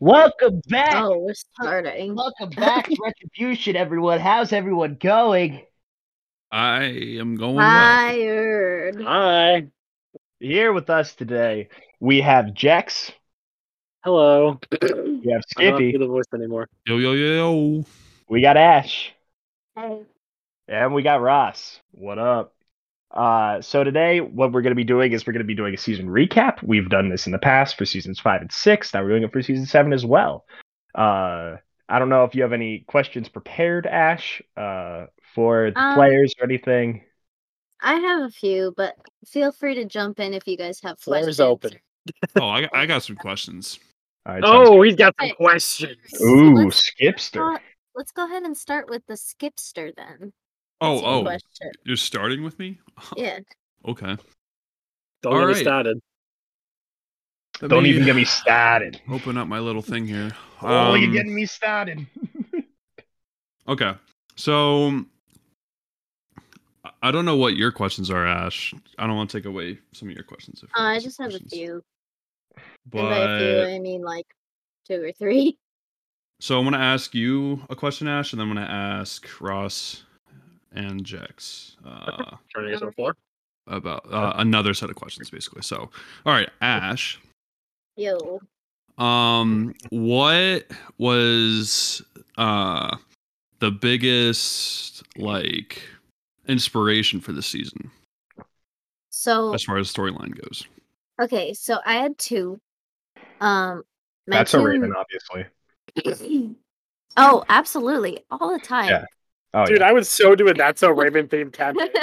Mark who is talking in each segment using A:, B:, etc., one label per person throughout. A: Welcome back.
B: Oh, we're starting.
A: Welcome back, Retribution, everyone. How's everyone going?
C: I am
D: Oh
C: going. well.
B: Tired.
D: Hi.
A: Here with us today, we have Jex,
D: Hello.
A: we have
D: I don't have to
A: Skippy,
D: do the voice anymore.
C: Yo yo yo yo.
A: we got Ash,
B: Hey.
A: and we got Ross. What up? Uh, so today, what we're going to be doing is we're going to be doing a season recap. We've done this in the past for seasons five and six. Now we're doing it for season seven as well. Uh, I don't know if you have any questions prepared, Ash, uh, for the
B: Um,
A: players or anything.
B: I have a few, but feel free to jump in if you guys have
D: Floor's
B: questions.
D: open.
C: Oh, I, I got some questions.
A: All right, sounds
D: Oh, he's got some
B: Hey.
D: questions.
B: so
A: Ooh,
B: let's-
A: skipster.
B: Uh, Let's go ahead and start with the skipster then.
C: Oh
B: That's your
C: oh,
B: question.
C: you're starting with me?
B: Yeah.
C: Okay.
D: Don't
C: All
D: get me
C: right.
D: started.
C: Let
A: Don't
C: me
A: even get me started.
C: Open up my little thing here.
A: oh, you're
C: Um,
A: getting me started.
C: Okay. So I- I don't know what your questions are, Ash. I don't want to take away some of your questions. if you
B: Uh, I
C: some
B: just have a
C: questions.
B: few. And by a few,
C: But
B: I mean like two or three.
C: so I'm gonna ask you a question, Ash, and then I'm gonna ask Ross and Jex uh,
D: Turn it to the floor.
C: about uh, another set of questions, basically. So, all right, Ash.
B: Yo.
C: Um, what was uh the biggest like inspiration for this season
B: So,
C: as far as storyline goes?
B: okay, so I had two. Um, my
A: That's a
B: two-
A: raven, obviously.
B: oh, absolutely. All the time.
A: Yeah. Oh,
D: Dude, I would so do it. That's a Raven themed campaign.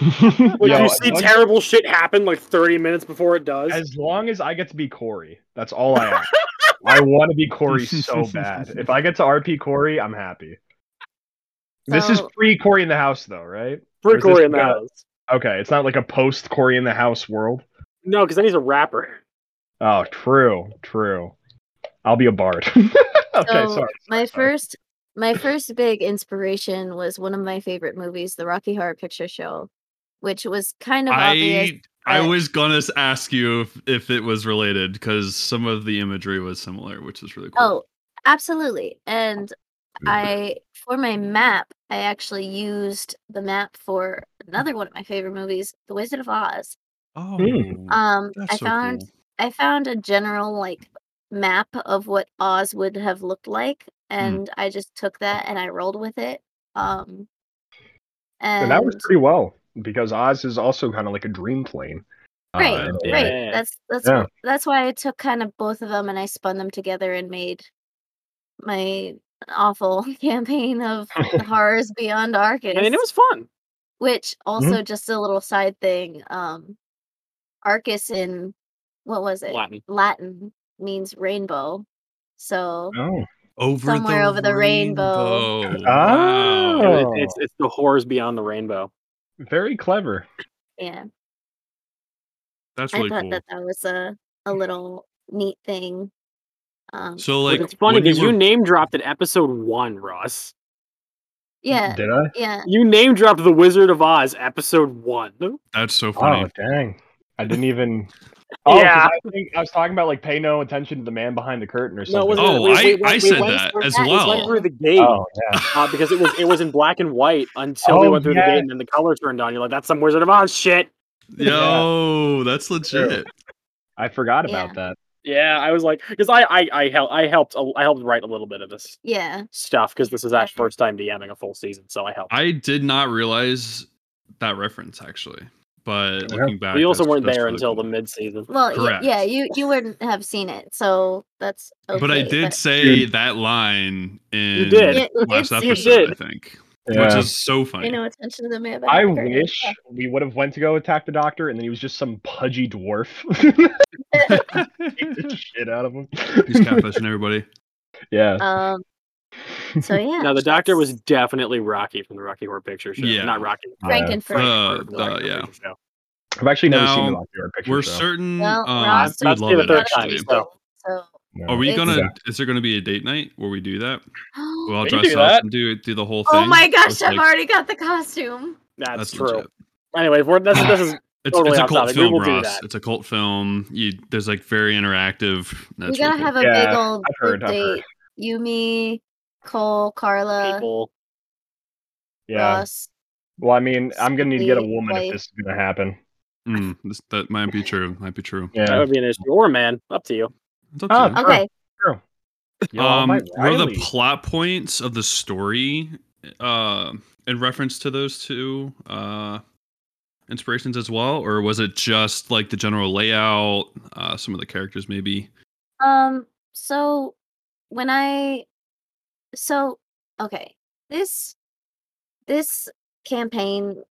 A: yeah.
D: Would
A: Yo,
D: you
A: as
D: see
A: long-
D: terrible shit happen like 30 minutes before it does?
A: as long as I get to be Corey, that's all I ask. I want to be Corey so bad. If I get to RP Corey, I'm happy. This is
B: So-
A: pre Corey in the house, though, right?
D: For
A: Or is this
D: Corey in the
A: about-
D: house.
A: Okay, it's not like a post Corey in the house world.
D: No, because then he's a rapper.
A: Oh, true, true. I'll be a bard. okay, sorry.
B: So,
A: sorry,
B: my
A: sorry.
B: first my first big inspiration was one of my favorite movies the rocky horror picture show which was kind of obvious
C: I I
B: but-
C: was gonna s- ask you if, if it was related because some of the imagery was similar, which is really
B: oh
C: cool.
B: absolutely and
C: Mm-hmm.
B: i for my map i actually used the map for another one of my favorite movies the wizard of oz
C: oh,
A: Hmm.
B: um
C: that's
B: i
C: so
B: found
C: cool.
B: I found a general like map of what Oz would have looked like,
C: Mm.
B: and I just took that and I rolled with it. Um, and,
A: And that was pretty well because Oz is also kind of like a dream plane.
B: Right,
A: Uh,
C: yeah.
B: right.
D: Yeah.
B: That's that's
A: Yeah.
B: wh- that's why I took kind of both of them and I spun them together and made my awful campaign of the horrors beyond Arcus.
D: And it was fun.
B: which also just a little side thing. Um, Arcus in what was it?
D: Latin.
B: Latin means rainbow. So
A: Oh.
C: Over
B: somewhere over the rainbow.
C: rainbow.
A: Oh.
C: Wow.
D: It- it's, it's the horrors beyond the rainbow.
A: Very clever.
B: yeah,
C: that's
B: I
C: really
B: thought
C: cool.
B: that that was a a little neat thing. Um,
C: So
D: Like,
C: like,
D: it's funny
C: when
D: because you,
C: were-
D: name dropped in episode one, Ross.
B: yeah,
A: Did I?
B: yeah.
D: You name dropped The Wizard of Oz, episode one.
C: That's so funny.
A: Oh dang! I didn't even. Oh, 'cause
D: Yeah.
A: I, think I was talking about like pay no attention to the man behind the curtain or
D: No, it
A: something.
D: wasn't-
C: Oh,
D: we-
C: I-
D: we went-
C: I
D: we
C: said
D: went
C: that
D: through-
C: as
D: we went
C: well.
D: through the gate.
A: oh yeah.
D: uh, because it was it was in black and white until we
A: Oh,
D: went through the
A: yeah.
D: gate and then the color turned on. You're like, that's some Wizard of Oz shit.
C: Yo, that's legit.
A: I forgot about that.
D: Yeah, I was like, because I I I, hel- I helped I helped write a little bit of this
B: Yeah,
D: stuff because this is Ash's first time DMing a full season, so I helped.
C: I did not realize that reference actually, but
A: Yeah.
C: looking back,
D: we also
C: that's-
D: weren't
C: that's
D: there
C: really
D: until
C: cool.
D: the mid season.
B: well, y- yeah,
C: Correct.
B: you you wouldn't have seen it, so that's okay.
C: but I did say
A: Dude.
C: that line in
D: did.
B: Yeah, you
C: last
B: did.
D: You
C: episode, I
D: did.
C: think,
A: Yeah.
C: which is so funny.
B: pay no attention to the man.
A: I
B: behind the curtain.
A: wish we would have went to go attack the doctor, and then he was just some pudgy dwarf. Kicked the shit out of him.
C: He's catfishing everybody.
A: yeah.
B: Um, so yeah.
D: Now the
B: that's
D: doctor was definitely Rocky from the Rocky Horror Picture Show.
C: Yeah.
D: not Rocky.
B: Frank and Frank.
C: Uh,
D: from the Rocky
C: uh,
D: Horror
C: yeah.
D: Picture Show.
A: I've actually never seen the
C: Now,
A: Rocky Horror Picture
C: We're
A: Show.
C: certain.
B: Well,
C: um,
B: Ross
C: I would
D: That's
C: love
D: the
C: it
D: third
C: actually.
D: time, so-
B: So
A: No.
C: Are we
B: It's-
C: gonna? Is there gonna be a date night where we do that? We'll all
D: We can
C: dress
D: do
C: up
D: that.
C: and do do the whole thing.
B: oh my gosh,
C: That's
B: I've
C: like-
B: already got the costume.
D: That's,
C: That's
D: true.
C: legit.
D: Anyway, if we're, this, is- this is
C: It's,
D: Totally
C: it's a
D: off
C: cult
D: topic. We
C: film,
D: will do
C: Ross.
D: that.
C: It's a cult film. You, there's like very interactive.
B: we
C: That's
B: gotta
C: really cool.
B: have a big
A: Yeah,
B: old
A: I've
B: group
A: heard, I've heard.
B: date. You, me, Cole, Carla,
D: people.
A: Yeah.
B: Ross.
A: Well, I mean, I'm gonna need to get a
B: Sweet
A: woman
B: wife.
A: if this is gonna happen.
C: Mm, this, that might be true. Might be true.
D: That
A: Yeah.
D: would be an issue. Or a man. Up to you.
C: It's up
A: Oh,
C: to you.
A: Sure.
B: Okay,
C: um,
A: my
C: what are the
A: Riley.
C: plot points of the story uh, in reference to those two uh, inspirations as well, or was it just like the general layout, uh, some of the characters maybe?
B: Um, so when I so okay, this this campaign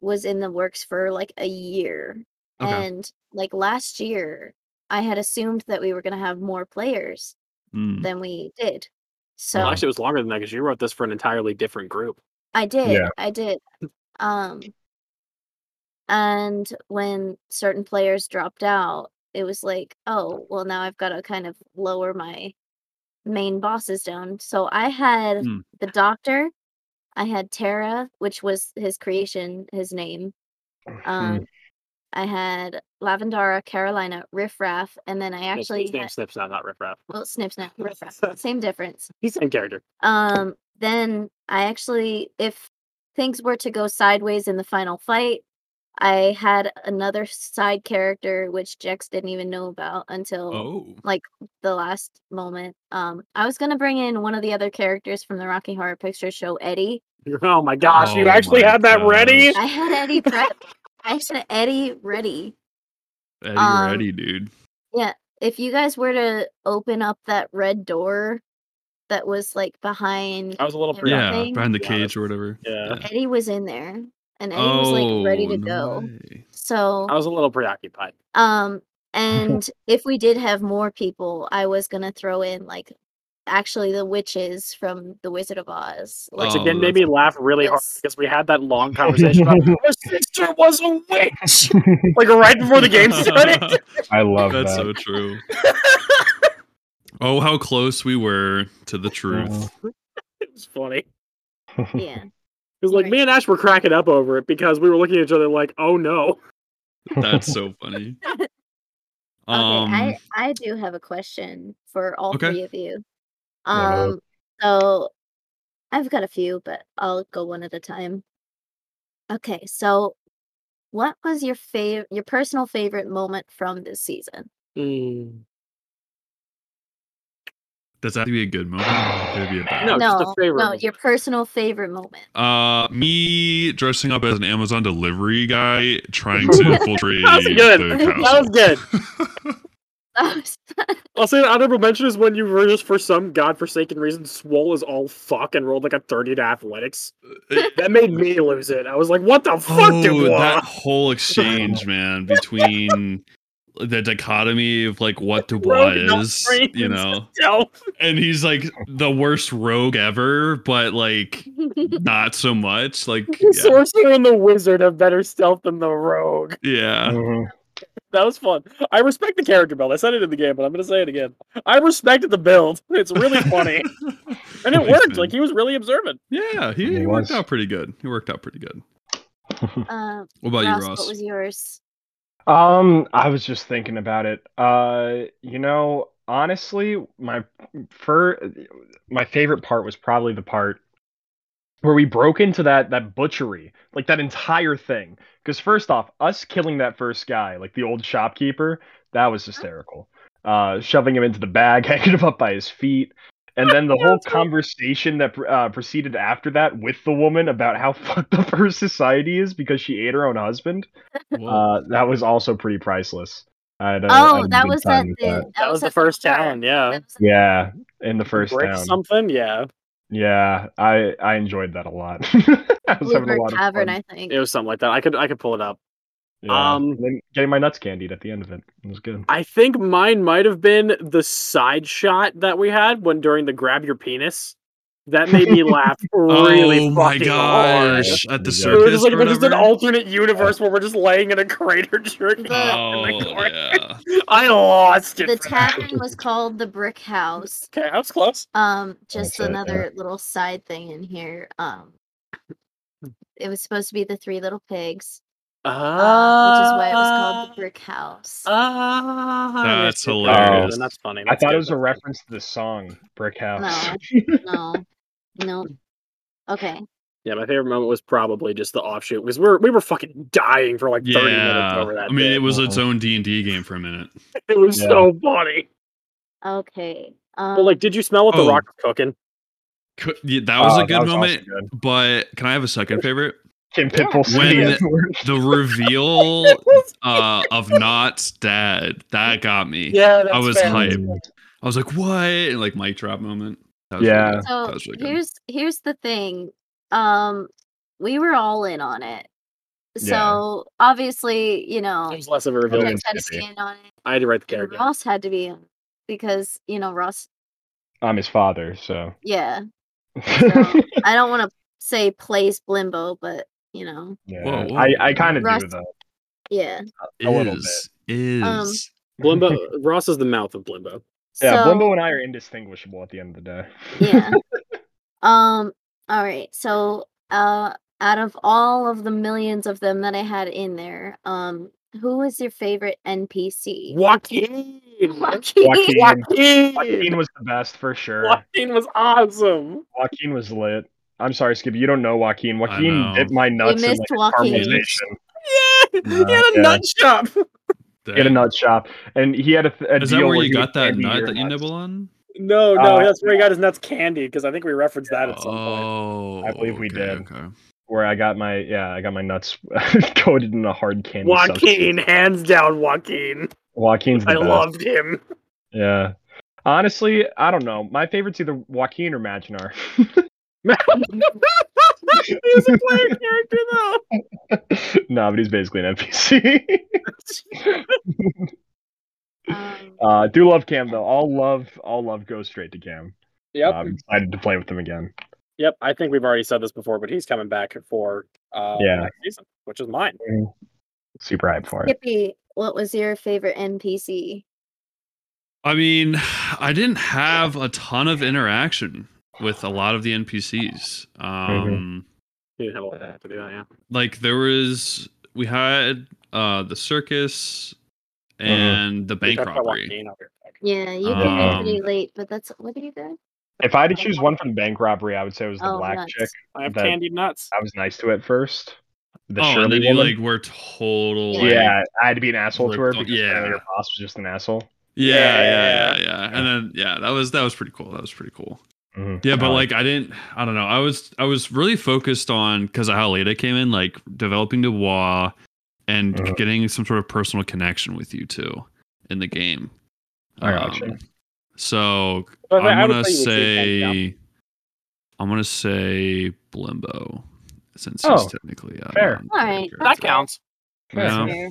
B: was in the works for like a year.
C: Okay.
B: And like last year, I had assumed that we were going to have more players
C: Mm.
B: than we did. So
D: Well, actually, it was longer than that because you wrote this for an entirely different group.
B: I did.
A: Yeah.
B: I did. Um and when certain players dropped out, it was like, oh, well now I've got to kind of lower my main bosses down. So I had
C: Mm.
B: the doctor, I had Tara, which was his creation, his name. Um I had Lavendara, Carolina, Riff Raff, and then I
D: His-
B: actually
D: his name
B: had-
D: Snip's not, not Riff Raff.
B: well, Snip Snap, Riff Raff, same difference.
D: Same character.
B: Um, then I actually, if things were to go sideways in the final fight, I had another side character which Jex didn't even know about until
C: Oh,
B: the last moment. Um, I was gonna bring in one of the other characters from the Rocky Horror Picture Show, Eddie.
D: Oh my gosh, you
C: Oh
D: actually
C: my
D: had that ready?
C: gosh.
B: I had Eddie prep. I had Eddie ready.
C: Eddie,
B: Um,
C: ready, dude.
B: If you guys were to open up that red door that was like behind,
C: Oh.
D: I was a little
B: Yeah.
D: pretty.
C: Yeah,
B: thing.
C: behind the
D: Yeah.
C: cage or whatever.
D: Yeah.
B: Eddie was in there, and Eddie was
C: oh,
B: like ready to
C: no
B: go.
C: way.
B: So
D: I was a little preoccupied.
B: Um, and if we did have more people, I was gonna throw in like actually the witches from The Wizard of Oz. Like,
D: Which
C: Oh,
D: again made
C: that's-
D: me laugh really hard
B: Yes.
D: because we had that long conversation about her sister was a witch. Like right before the game started.
A: I love
C: That's
A: that.
C: so true. oh, how close we were to the truth.
A: Uh-huh.
D: it was funny.
C: Oh.
B: yeah,
D: Because like
B: Right.
D: me and Ash were cracking up over it because we were looking at each other like, oh no.
C: That's so funny.
B: Okay,
C: Um,
B: okay. I I do have a question for all
C: okay.
B: three of you.
A: Love
B: Um, so I've got a few, but I'll go one at a time. Okay, so what was your favorite, your personal favorite moment from this season?
D: Mm.
C: does that have to be a good moment? Or could it be a bad
D: No, just a
B: no,
D: favorite
B: no,
D: moment.
B: your personal favorite moment.
C: Uh, me dressing up as an Amazon delivery guy trying to infiltrate
D: That was good.
C: the
D: That
C: castle.
D: was good.
B: Oh,
D: I'll say an honorable mention is when you were just for some godforsaken reason swole as all fuck and rolled like a 30 to athletics. That made me lose it. I was like, what the fuck,
C: Uh, oh,
D: dude?
C: that whole exchange, man, between the dichotomy of like what Dubois
D: Rogue
C: is,
D: Nine
C: you
D: Rings.
C: know,
D: No.
C: and he's like the worst rogue ever, but like not so much. Like,
D: The
C: yeah,
D: sorcerer and the wizard have better stealth than the rogue.
C: yeah.
A: Mhm.
D: That was fun. I respect the character build. I said it in the game, but I'm gonna say it again. I respected the build. It's really funny, and it
C: Thanks,
D: worked.
C: man.
D: Like he was really observant.
C: yeah, he,
A: He
C: he worked
A: was.
C: out pretty good. He worked out pretty good.
B: Um,
C: What about
B: Ross,
C: you, Ross?
B: what was yours?
A: Um, I was just thinking about it. Uh, you know, honestly, my fur, my favorite part was probably the part where we broke into that that butchery, like that entire thing. Because first off, us killing that first guy, like the old shopkeeper, that was hysterical. Uh, shoving him into the bag, hanging him up by his feet. And then the
D: Yeah,
A: whole
D: that's right.
A: conversation that uh, proceeded after that with the woman about how fucked up her society is because she ate her own husband.
C: Whoa.
A: Uh, that was also pretty priceless. I had a- I had
B: oh,
A: a
B: that
A: good
B: was that,
A: time with
B: the, that.
D: That was
B: at
D: the first
B: bar.
D: town. Yeah,
B: That was at-
A: Yeah, in the first
D: break
A: town.
D: something. Yeah,
A: Yeah, I I enjoyed that a lot. I was having a
B: Bluebird
A: lot of
B: Tavern,
A: fun.
B: I think.
D: it was something like that. I could I could pull it up.
A: Yeah.
D: um,
A: And then getting my nuts candied at the end of it. It was good.
D: I think mine might have been the side shot that we had when during the grab your penis. That made me laugh really
C: oh
D: fucking
C: my
D: hard.
C: gosh! At
A: Yeah.
C: the
D: It
C: circus,
D: was just like
C: or
D: we're just an
C: whatever?
D: alternate universe where we're just laying in a crater jerking off in the
C: Oh
D: corner.
C: yeah.
D: I lost it.
B: The
D: for that.
B: tavern was called the Brick House.
D: Okay, I was close.
B: Um, just
A: it, yeah.
B: another little side thing in here. Um, it was supposed to be the Three Little Pigs,
C: Ah.
B: uh, which is why it was called the brick house.
D: Ah,
C: That's
D: good.
C: hilarious.
D: Oh, that's funny.
A: I
D: That's
A: thought
D: good.
A: it was a reference to the song Brick
D: Uh,
A: House.
B: no, no. Okay,
D: Yeah, my favorite moment was probably just the offshoot because we're we were fucking dying for like thirty minutes
C: Yeah,
D: over that.
C: I mean
D: bit. Oh.
C: it was its
A: Uh-huh.
C: own D and D game for a minute.
D: it was
A: Yeah.
D: so funny.
B: okay. Um,
D: Well, like, did you smell what the
C: Oh.
D: rock was cooking?
C: Could- yeah, that
D: Uh,
C: was
A: Oh,
C: a good
A: also
C: moment.
A: good.
C: But can I have a second favorite?
A: Kim Pitbull said
C: When-
A: the N-word.
C: The reveal uh, of Knott's dad that got me.
D: Yeah, that's
C: I was
D: fair.
C: hyped. I was like, "What?" And like mic drop moment. That was
A: Yeah.
C: really good.
B: so
C: that was really good.
B: here's here's the thing. Um, we were all in on it.
A: Yeah.
B: So obviously, you know,
D: It was less of a
A: Bill
D: reveal.
A: Okay. and
B: Felix had to
A: Tippy.
B: stand on it.
D: I had to write the
B: And
D: character.
B: Ross had to be in because you know Ross.
A: I'm his father, so.
B: Yeah, So, I don't want to say plays Blimbo, but you know,
A: yeah.
C: Whoa, whoa.
A: I, I kind of
B: Russ-
A: do, though.
B: yeah.
A: a little
C: is is
B: Um,
D: Blimbo Ross is the mouth of Blimbo.
A: Yeah,
B: so,
A: Blimbo and I are indistinguishable at the end of the day.
B: yeah. Um. All right. So, uh, out of all of the millions of them that I had in there, um, who was your favorite NPC?
D: Joaquin.
B: Joaquin.
A: Joaquin. Joaquin
D: Joaquin.
A: was the best for sure.
D: Joaquin was awesome.
A: Joaquin was lit. I'm sorry, Skip. You don't know Joaquin.
C: I
A: Joaquin
C: know.
A: dipped my nuts in
B: missed
A: like
B: Joaquin.
A: caramelization.
D: Yeah, he had a
A: Yeah.
D: nut shop.
A: He had a
C: Dang.
A: nut shop, and he had a, th- a
C: Is
A: deal
C: that where
A: where
C: you
A: he would
C: got that
A: candy
C: nut
A: your
C: that you
A: nuts.
C: nibble on?
D: No, no,
A: Uh,
D: that's where he got his nuts candied because I think we referenced that at some point.
C: Oh,
A: I believe we
C: okay,
A: did.
C: Okay.
A: Where I got my yeah, I got my nuts coated in a hard candy. substance.
D: Joaquin, hands down, Joaquin.
A: Joaquin's the
D: I
A: best.
D: loved him.
A: Yeah. Honestly, I don't know. My favorite's either Joaquin or Maginar.
D: he was a player character though.
A: no, but he's basically an NPC.
B: Um,
A: uh, do love Cam though. I'll love, I'll love. Go straight to Cam.
D: Yep,
A: I'm excited to play with him again.
D: Um, yep. I think we've already said this before, but he's coming back for uh,
A: Yeah.
D: next season, which is mine.
A: Super hyped for it.
B: Hippie, what was your favorite NPC?
C: I mean, I didn't have a ton of interaction with a lot of the NPCs.
A: Mm-hmm.
C: Um,
D: He didn't have a lot of that to do that, yeah.
C: Like there was, we had uh the circus
A: Uh-huh.
C: and the
D: We
C: bank
D: talked about
C: robbery.
D: Joaquin over here.
B: Yeah, you came in pretty
C: Um,
B: late, but that's what did you do?
A: If I had to choose one from the bank robbery, I would say it was the
B: Oh,
A: black
B: nuts.
A: chick.
D: I have
A: That-
D: candied nuts.
A: I was nice to it first. The
C: oh, and
A: Shirley
C: then you
A: woman.
C: like were total. like-
A: yeah, I had to be an asshole to her
C: ripped on-
A: because apparently
C: yeah.
A: her boss was just an asshole.
C: yeah, yeah,
D: Yeah.
C: yeah, yeah. And then yeah, that was that was pretty cool. That was pretty cool.
A: Mhm.
C: Yeah, but
A: Uh,
C: like I didn't I don't know. I was I was really focused on because of how late I came in, like developing the WA and
A: Mhm.
C: getting some sort of personal connection with you two in the game. Um,
A: I gotcha.
C: so
D: But I- I
C: I'm
D: would
C: gonna
D: say you would do that,
C: say I'm gonna say Blimbo. Since
A: Oh,
C: he's technically uh,
A: fair.
C: on the
B: All right,
C: character.
D: That counts.
B: That's
C: Yeah.
B: fair.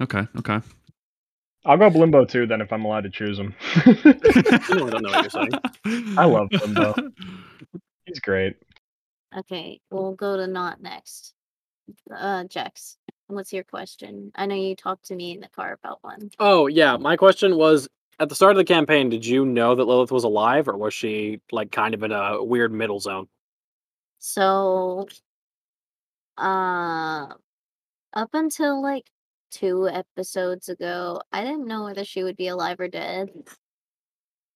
C: Okay, okay.
A: I'll go Blimbo too then if I'm allowed to choose him.
D: I don't know what you're
C: saying.
A: I love Blimbo. He's great.
B: Okay, we'll go to not next. Uh, Jex, what's your question? I know you talked to me in the car about one.
D: Oh yeah, my question was at the start of the campaign. Did you know that Lilith was alive, or was she like kind of in a weird middle zone?
B: So, uh, up until like two episodes ago, I didn't know whether she would be alive or dead.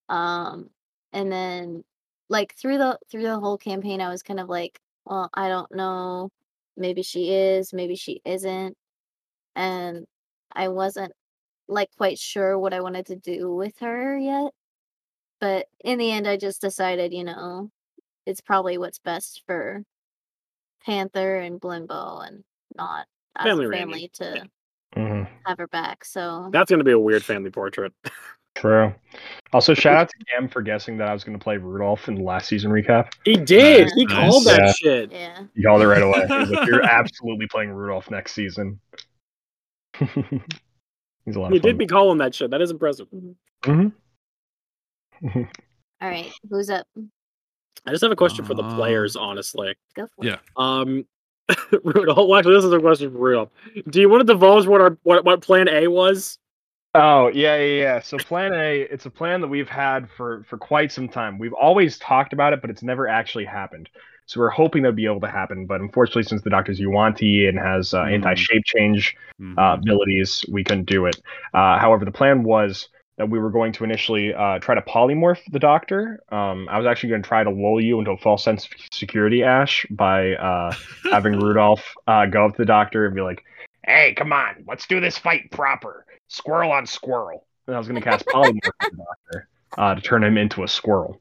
B: Um, and then like through the through the whole campaign, I was kind of like, well, I don't know. Maybe she is, maybe she isn't, and I wasn't like quite sure what I wanted to do with her yet. But in the end, I just decided, you know, it's probably what's best for Panther and Blimbo and not as
D: Family
B: a
D: reunion.
B: family to
A: Mhm.
B: have her back. So
D: That's going to be a weird family portrait.
A: True. Also, shout out to Cam for guessing that I was going to play Rudolph in the last season recap.
D: He did.
B: Nice.
D: He
C: Nice.
D: called that
A: Yeah.
D: shit.
B: yeah,
A: You called it right away. He was like, You're absolutely playing Rudolph next season. He's a lot
D: He
A: of fun.
D: did be calling that shit. That is impressive.
A: Mhm.
B: all right, who's up?
D: I just have a question for the
C: Uh,
D: players, honestly.
B: Go for it.
C: yeah.
D: Um, Rudolph. Well, actually, this is a question for Rudolph. Do you want to divulge what our what, what Plan A was?
A: Oh yeah, yeah, yeah. So plan A, it's a plan that we've had for for quite some time. We've always talked about it, but it's never actually happened. So we're hoping that'd be able to happen, but unfortunately, since the Doctor's Yuanti and has uh,
C: Mm.
A: anti-shape change,
C: Mhm.
A: uh, abilities, we couldn't do it. Uh, however, the plan was that we were going to initially uh, try to polymorph the doctor. Um, I was actually going to try to lull you into a false sense of security, Ash, by uh, having Rudolph uh, go up to the doctor and be like, "Hey, come on, let's do this fight proper, squirrel on squirrel." And I was going to cast polymorph on the doctor uh, to turn him into a squirrel.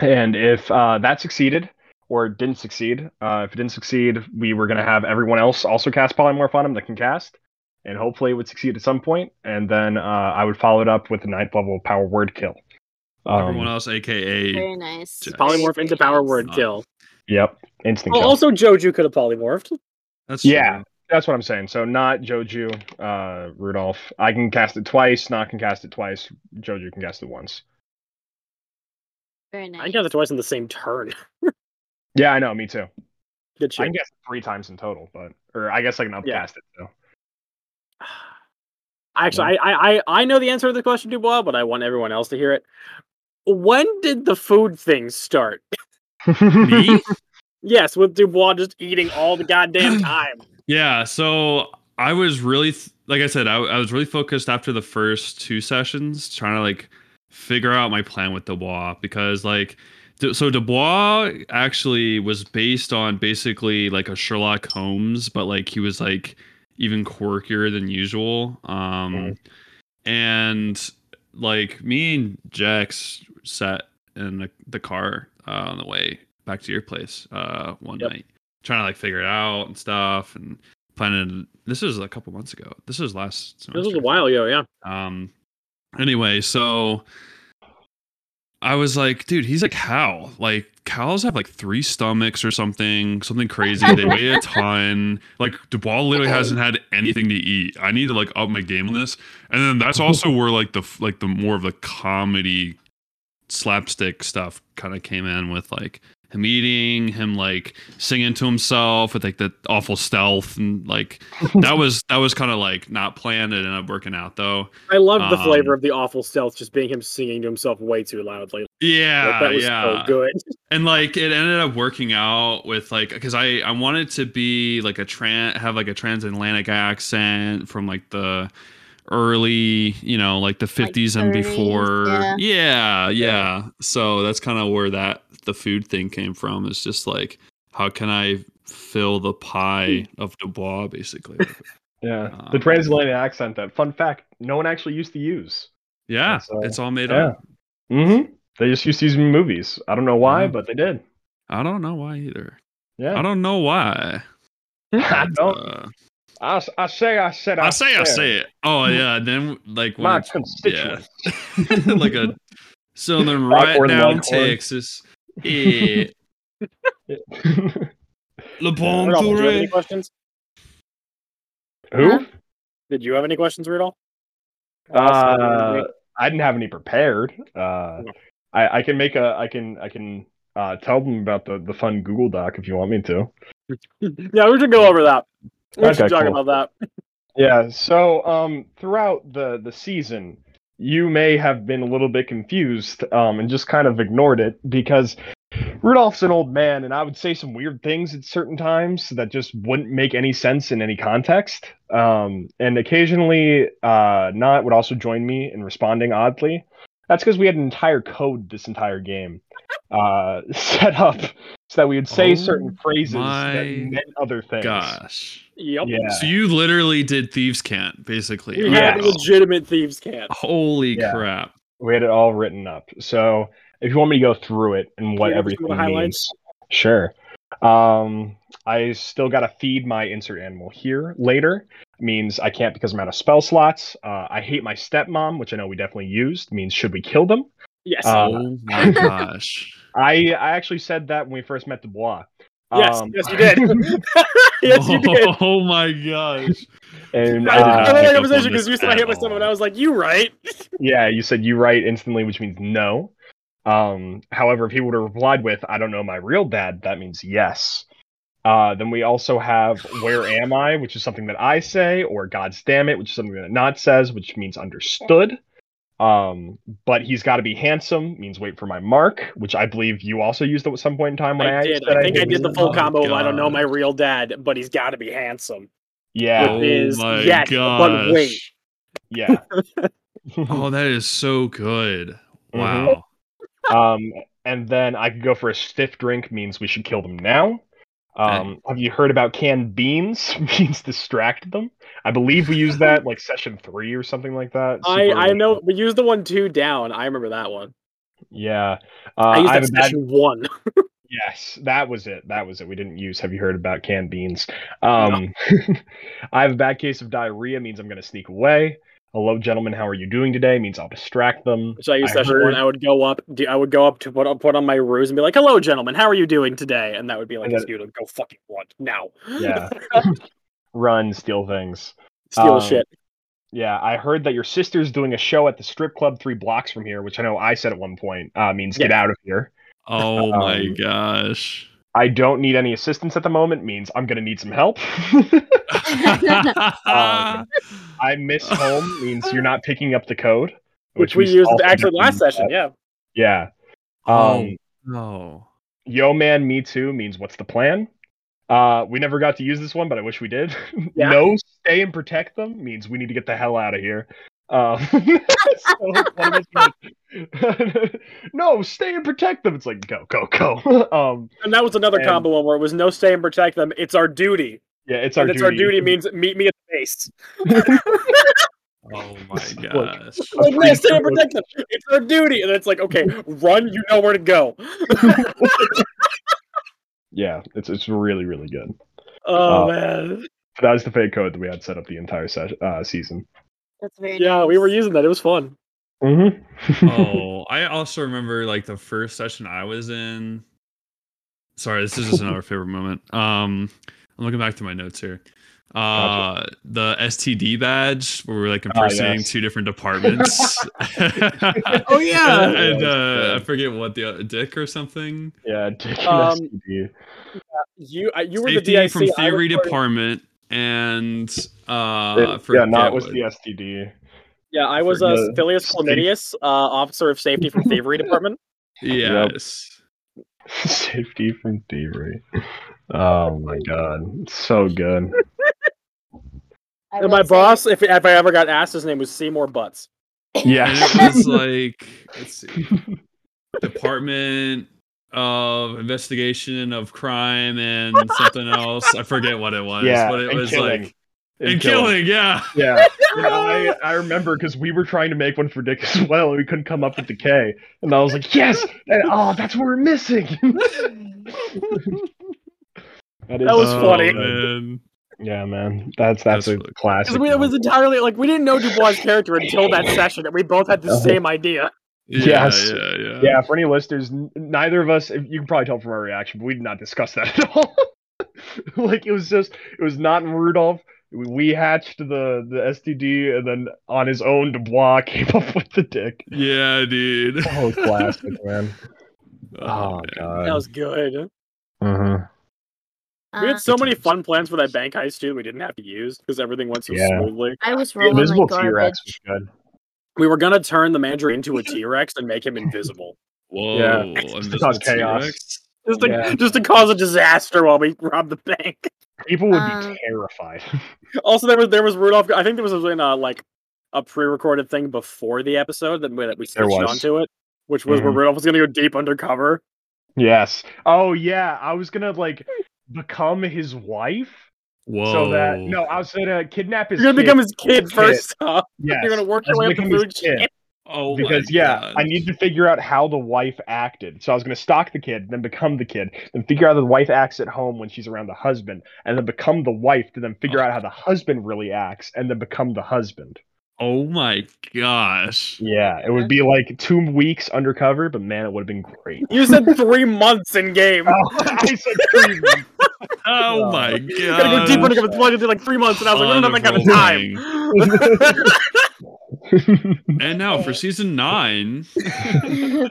A: And if uh, that succeeded, or didn't succeed, uh, if it didn't succeed, we were going to have everyone else also cast polymorph on him that can cast and hopefully it would succeed at some point. And then uh, I would follow it up with a ninth level power word kill.
C: Everyone
A: Um,
C: else, aka
B: Very nice.
C: Just
D: Polymorph into power word
C: Nice.
D: kill.
A: yep, instant
D: Oh,
A: kill.
D: also, Joju could have polymorphed.
C: that's
A: Yeah.
C: true.
A: That's what I'm saying. So not Joju, uh, Rudolph. I can cast it twice. Not can cast it twice. Joju can cast it once.
B: Very
D: I
B: nice.
D: got it twice in the same turn.
A: Yeah, I know. Me too.
D: Good
A: I
D: shit.
A: can cast it three times in total, but or I guess I can upcast it. So
D: Actually, I, I I I know the answer to the question, Dubois, but I want everyone else to hear it. When did the food thing start?
C: Me?
D: Yes, with Dubois just eating all the goddamn time.
C: Yeah. So I was really, th- like I said, I, I was really focused after the first two sessions, trying to like figure out my plan with Dubois because like, d- so Dubois actually was based on basically like a Sherlock Holmes, but like he was like even quirkier than usual. Um,
A: Mhm.
C: and like me and Jax sat in the, the car uh, on the way back to your place uh, one
D: Yep.
C: night, trying to like figure it out and stuff, and planning. This was a couple months ago. This was last.
D: This was
C: semester.
D: a while ago, yeah.
C: Um. Anyway, so I was like, dude, he's like Hal. Like cows have like three stomachs or something, something crazy. They weigh a ton. Like Dubois literally hasn't had anything to eat. I need to like up my game on this. And then that's also where like the like the more of the comedy slapstick stuff kind of came in with like him eating, him like singing to himself with like the awful stealth and like that was that was kind of like not planned. It ended up working out though.
D: I love the flavor
C: Um,
D: of the awful stealth just being him singing to himself way too loudly.
C: Yeah,
D: Like, that was
C: yeah.
D: so good.
C: and like it ended up working out with like because I I wanted to be like a tran have like a transatlantic accent from like the early you know like the 50s and
B: 30s,
C: before
B: yeah.
C: yeah yeah so that's kind of where that the food thing came from is just like how can i fill the pie of dubois basically
A: yeah,
C: Uh,
A: the translated accent. That fun fact, no one actually used to use.
C: yeah
A: That's, uh,
C: it's all made
A: yeah.
C: up
A: Mm-hmm. They just used these in movies. I don't know why,
C: Yeah.
A: but they did.
C: i don't know why either i
A: Yeah,
C: don't know why
A: I
C: but,
A: don't.
C: uh,
A: I, s- I say I said
C: I say I
A: said.
C: say it. Oh yeah, then like when
A: My
C: it's-
A: constituents.
C: yeah. like a southern right
A: Awkward
C: down
A: Longhorn.
C: Texas. Yeah, Le Bon
D: Rudolph, did you have any
C: Touré.
D: questions?
A: Who?
B: Huh?
D: Did you have any questions, Rudolph?
A: Uh, I didn't have any prepared. Uh, I, I can make a. I can. I can uh, tell them about the the fun Google Doc if you want me to.
D: yeah, we should go over that. We
A: Okay,
D: should talk
A: cool.
D: about that.
A: Yeah. So, um, throughout the the season, you may have been a little bit confused, um, and just kind of ignored it because Rudolph's an old man, and I would say some weird things at certain times that just wouldn't make any sense in any context. Um, and occasionally, uh, Not would also join me in responding oddly. That's because we had an entire code this entire game uh, set up so that we would say
C: Oh
A: certain phrases that
C: my
A: meant other things.
C: Gosh.
D: Yep.
A: Yeah.
C: So you literally did thieves can't basically.
D: We
C: on
A: Yeah.
D: had
C: that.
D: legitimate thieves camp.
C: Holy
A: Yeah.
C: crap.
A: We had it all written up. So if you want me to go through it and what
D: Yeah, just do
A: everything
D: the highlights.
A: means, sure. Um, I still got to feed my insert animal here later. Means I can't because I'm out of spell slots. Uh, I hate my stepmom, which I know we definitely used. Means should we kill them?
D: Yes.
A: Uh,
C: oh my gosh.
A: I I actually said that when we first met Dubois.
D: yes,
A: Um,
D: yes, you did. yes, you did.
C: Oh my gosh.
A: And,
D: I
C: did
A: uh,
C: not
D: had
C: pick
D: that
C: up
D: conversation
C: on
D: because you
C: this
D: said I
C: at
D: hit my stomach,
C: all.
D: and I was like, "You right?"
A: Yeah, you said you write instantly, which means no. Um, however, if he would have replied with, I don't know my real dad, that means yes. Uh, then we also have Where Am I, which is something that I say, or God's damn it, which is something that Not says, which means understood. Um, but he's got to be handsome means wait for my mark, which I believe you also used at some point in time when I,
D: I did.
A: said
D: I think I
A: knew
D: did the
A: you.
D: full
C: Oh,
D: combo. of I don't know
C: God.
D: my real dad, but he's got to be handsome.
A: Yeah,
C: oh
D: is
C: my
D: yes, but wait.
C: gosh.
A: yeah.
C: Oh, that is so good.
A: Mm-hmm.
C: Wow.
A: um, and then I could go for a stiff drink means we should kill them now. Um, have you heard about canned beans? means distract them. I believe we used that like session three or something like that.
D: I,
A: Super
D: I know
A: original.
D: we used the one two down. I remember that one.
A: Yeah. Uh,
D: I used
A: I have
D: that
A: a bad
D: session one.
A: Yes, that was it. That was it. We didn't use have you heard about canned beans? Um I have a bad case of diarrhea means I'm gonna sneak away. Hello gentlemen, how are you doing today? Means I'll distract them.
D: So I used session
A: heard-
D: one. I would go up. do- I would go up to put put on my ruse and be like, "Hello, gentlemen. How are you doing today?" And that would be like,
A: And then-
D: "Excuse me, go fucking run now.
A: Yeah. Run, steal things.
D: Steal
A: Um,
D: shit."
A: Yeah, I heard that your sister's doing a show at the strip club three blocks from here, which I know I said at one point, uh means get out of here.
C: Oh my
A: Um,
C: gosh.
A: I don't need any assistance at the moment means I'm gonna need some help. Um, I miss home means you're not picking up the code.
D: Which, we used
A: also
D: actually
A: didn't
D: last
A: use
D: session.
A: that.
D: Yeah.
A: Yeah.
C: Oh,
A: Um,
C: no.
A: Yo Man Me Too means what's the plan? Uh, we never got to use this one, but I wish we did.
D: Yeah.
A: no, stay and protect them means we need to get the hell out of here. Um, so one of us was like, no, stay and protect them. It's like go, go, go. um,
D: And that was another
A: And-
D: combo one where it was no stay and protect them. It's our duty.
A: yeah, it's
D: and
A: our
D: it's our duty means meet me at the base.
C: Oh
A: Look.
C: my gosh.
D: Like,
A: pretty
D: no, stay and
A: sure-
D: protect them. It's our duty. And it's like, okay, run. You know where to go.
A: yeah, it's it's really really good.
D: Oh
A: Uh,
D: man.
A: But that was the fake code that we had set up the entire se- uh, season.
B: That's very
D: Yeah, we were
B: nice.
D: using that. It was fun.
A: Mm-hmm.
C: oh, I also remember like the first session I was in. Sorry, this is just another favorite moment. Um, I'm looking back to my notes here. Uh, the STD badge where we're like impersonating
A: Ah, yes.
C: two different departments.
A: Oh,
C: yeah, and
A: Yeah,
C: uh,
A: yeah.
C: I forget what the other, Dick or something.
A: yeah, Dick and
D: Um,
A: STD.
D: You I, you were
C: Safety
D: the DIC
C: from
D: I was
C: theory
D: part of-
C: department, and
A: It-
C: uh,
A: yeah,
C: forget
A: not was
C: what-
A: the STD.
D: Yeah, I was
A: For
D: uh,
A: the
D: Phileas
A: safe-
D: Flaminius, uh, officer of safety from Thievery Department.
A: Yep.
C: yes.
A: Safety from thievery. Oh my god, so good.
B: I
D: And
B: will
D: my
B: say-
D: boss, if, if I ever got asked, his name was Seymour Butts.
C: And
A: Yeah,
C: it was like, let's see, Department of Investigation of Crime and something else. I forget what it was,
A: yeah,
C: but it
A: and
C: was
A: killing.
C: like and killing, yeah.
A: Yeah, Yeah, I, I remember because we were trying to make one for Dick as well, and we couldn't come up with the K. And I was like, yes, and, oh, that's what we're missing. is
D: That was
A: so
D: funny.
A: good.
C: Oh, man.
A: Yeah, man, that's that's,
C: That's
A: a
C: really cool.
A: classic.
D: Because we, it was
A: one.
D: entirely like we didn't know Dubois' character until that session, and we both had the
A: Oh.
D: same idea.
C: Yeah,
A: Yes.
C: yeah, yeah.
A: yeah, for any listeners, n- neither of us, you can probably tell from our reaction, but we did not discuss that at all. like, it was just, it was not Rudolph. We- We hatched the, the STD, and then on his own, Dubois came up with the dick.
C: Yeah, dude.
A: Oh, classic, man.
C: Oh,
A: Oh,
C: man.
A: God.
D: That was good.
A: Mhm.
D: We
B: Uh,
D: had so many
C: times.
D: fun plans for that bank heist too. that We didn't have to use because everything went so
A: Yeah.
D: smoothly.
B: I was
A: The
B: rolling
A: Invisible
B: like
A: T-Rex
B: garbage.
A: was good.
D: We were gonna turn the manager into a T Rex and make him invisible,
C: Whoa.
A: Yeah.
C: Invisible
A: Cause chaos.
C: T-Rex?
D: just to
A: Yeah.
D: just to cause a disaster while we robbed the bank.
A: People would
B: Um,
A: be terrified.
D: Also, there was there was Rudolph. I think there was in uh, like a pre-recorded thing before the episode that we, that we
A: There
D: switched
A: was.
D: onto it, which was where
A: Mhm.
D: Rudolph was gonna go deep undercover.
A: yes. Oh, yeah. I was going to, like, become his wife.
C: Whoa.
A: So that, no, I was going to kidnap his
D: You're gonna
A: kid.
D: become his kid
A: Kid.
D: first. off.
A: yes.
D: You're gonna work
A: I was
D: your way up the
A: become his
D: food chain.
A: kid.
C: oh my
A: because yeah, I
C: God.
A: need to figure out how the wife acted. So I was going to stalk the kid, then become the kid, then figure out how the wife acts at home when she's around the husband, and then become the wife to then figure out how the husband really acts, and then become the husband.
C: Oh my gosh.
A: Yeah, it would be like two weeks undercover, but man, it would have been great.
D: You said three months in game.
A: Oh, I said three months.
C: Oh
A: Yeah.
C: my god.
D: You gotta go deep undercover. It's only gonna be like three months, and I was like,
A: oh,
D: we don't have that kind of
C: Fun
D: time.
C: And now for season nine.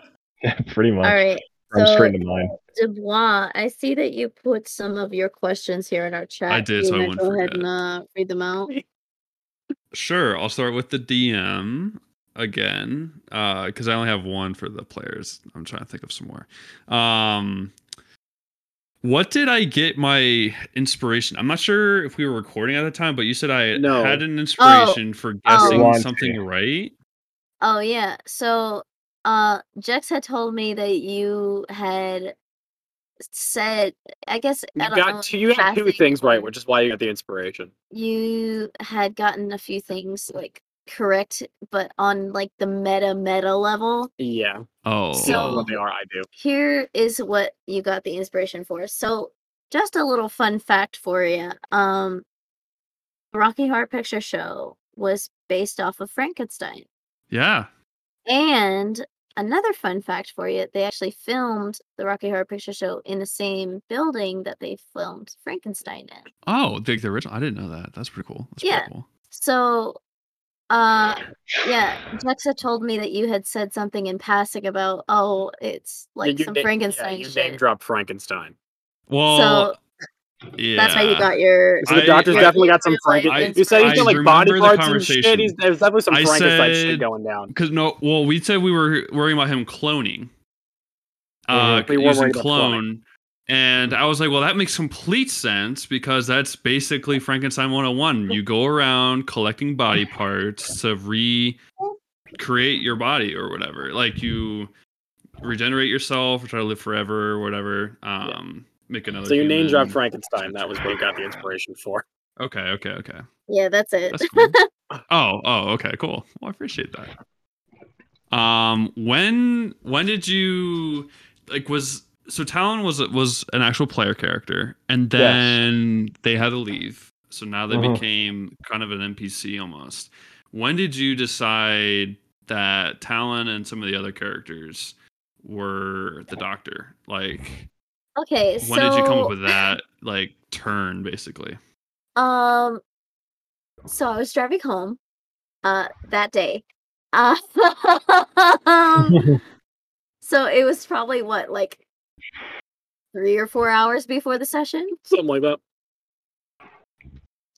A: Pretty much.
B: All right.
A: I'm
B: so-
A: straight to mine.
B: Dubois, I see that you put some of your questions here in our chat.
C: did,
B: Do you
C: so I
B: wanna
C: wouldn't
B: go ahead
C: forget.
B: and uh, read them out.
C: Sure, I'll start with the DM. again because I only have one for the players. I'm trying to think of some more. Um, what did I get my inspiration? I'm not sure if we were recording at the time, but you said I
D: No.
C: had an inspiration for guessing
A: Laundry.
C: something right.
B: Oh yeah. So uh Jex had told me that you had said I guess
D: You
B: I don't know,
D: got two. You got two
B: traffic
D: things right,
B: or-
D: which is why you got the inspiration.
B: you had gotten a few things like correct, but on like the meta meta level.
D: Yeah,
C: Oh,
D: you know
B: So-
D: what they are. I do.
B: Here is what you got the inspiration for. So just a little fun fact for you. Um Rocky Horror Picture Show was based off of Frankenstein.
C: yeah.
B: And another fun fact for you, they actually filmed the Rocky Horror Picture Show in the same building that they filmed Frankenstein in.
C: Oh, the, the original. I didn't know that. That's pretty cool. That's
B: Yeah.
C: pretty cool.
B: So uh yeah, Jexa told me that you had said something in passing about oh, it's like
D: you
B: some
D: na- yeah,
B: Frankenstein
D: you name
B: shit.
D: drop Frankenstein.
C: Well, yeah.
B: That's how you got your
D: So the
C: I-
D: doctor's
C: I-
D: definitely got some
B: Like,
D: Frankenstein.
C: I-
D: You said he's
C: I
D: got like
C: remember the
D: body parts and shit.
C: conversation.
D: He's, there's definitely some
C: I
D: Frankenstein shit
C: said-
D: going down.
C: Because no, well, we said we were worrying about him cloning, uh,
D: Mhm. We were
C: using
D: worried about cloning.
C: clone, and I was like, well, that makes complete sense because that's basically Frankenstein 101. You go around collecting body parts to recreate your body or whatever. Like you regenerate yourself, or try to live forever, or whatever. Um, make another.
D: So you name
C: human.
D: drop Frankenstein. That was what you got the inspiration for.
C: Okay, okay, okay.
B: Yeah, that's it.
C: That's cool. oh, oh, okay, cool. Well, I appreciate that. Um, when when did you like was so Talon was was an actual player character, and
A: Yes.
C: then they had to leave. So now they
B: Mm-hmm.
A: Mhm.
C: became kind of an NPC almost. When did you decide that Talon and some of the other characters were the Doctor? Like,
B: Okay,
C: when
B: so
C: did you come up with that like turn basically?
B: Um, so I was driving home, uh, that day. Uh, um, so it was probably what, like three or four hours before the session?
D: Something like that.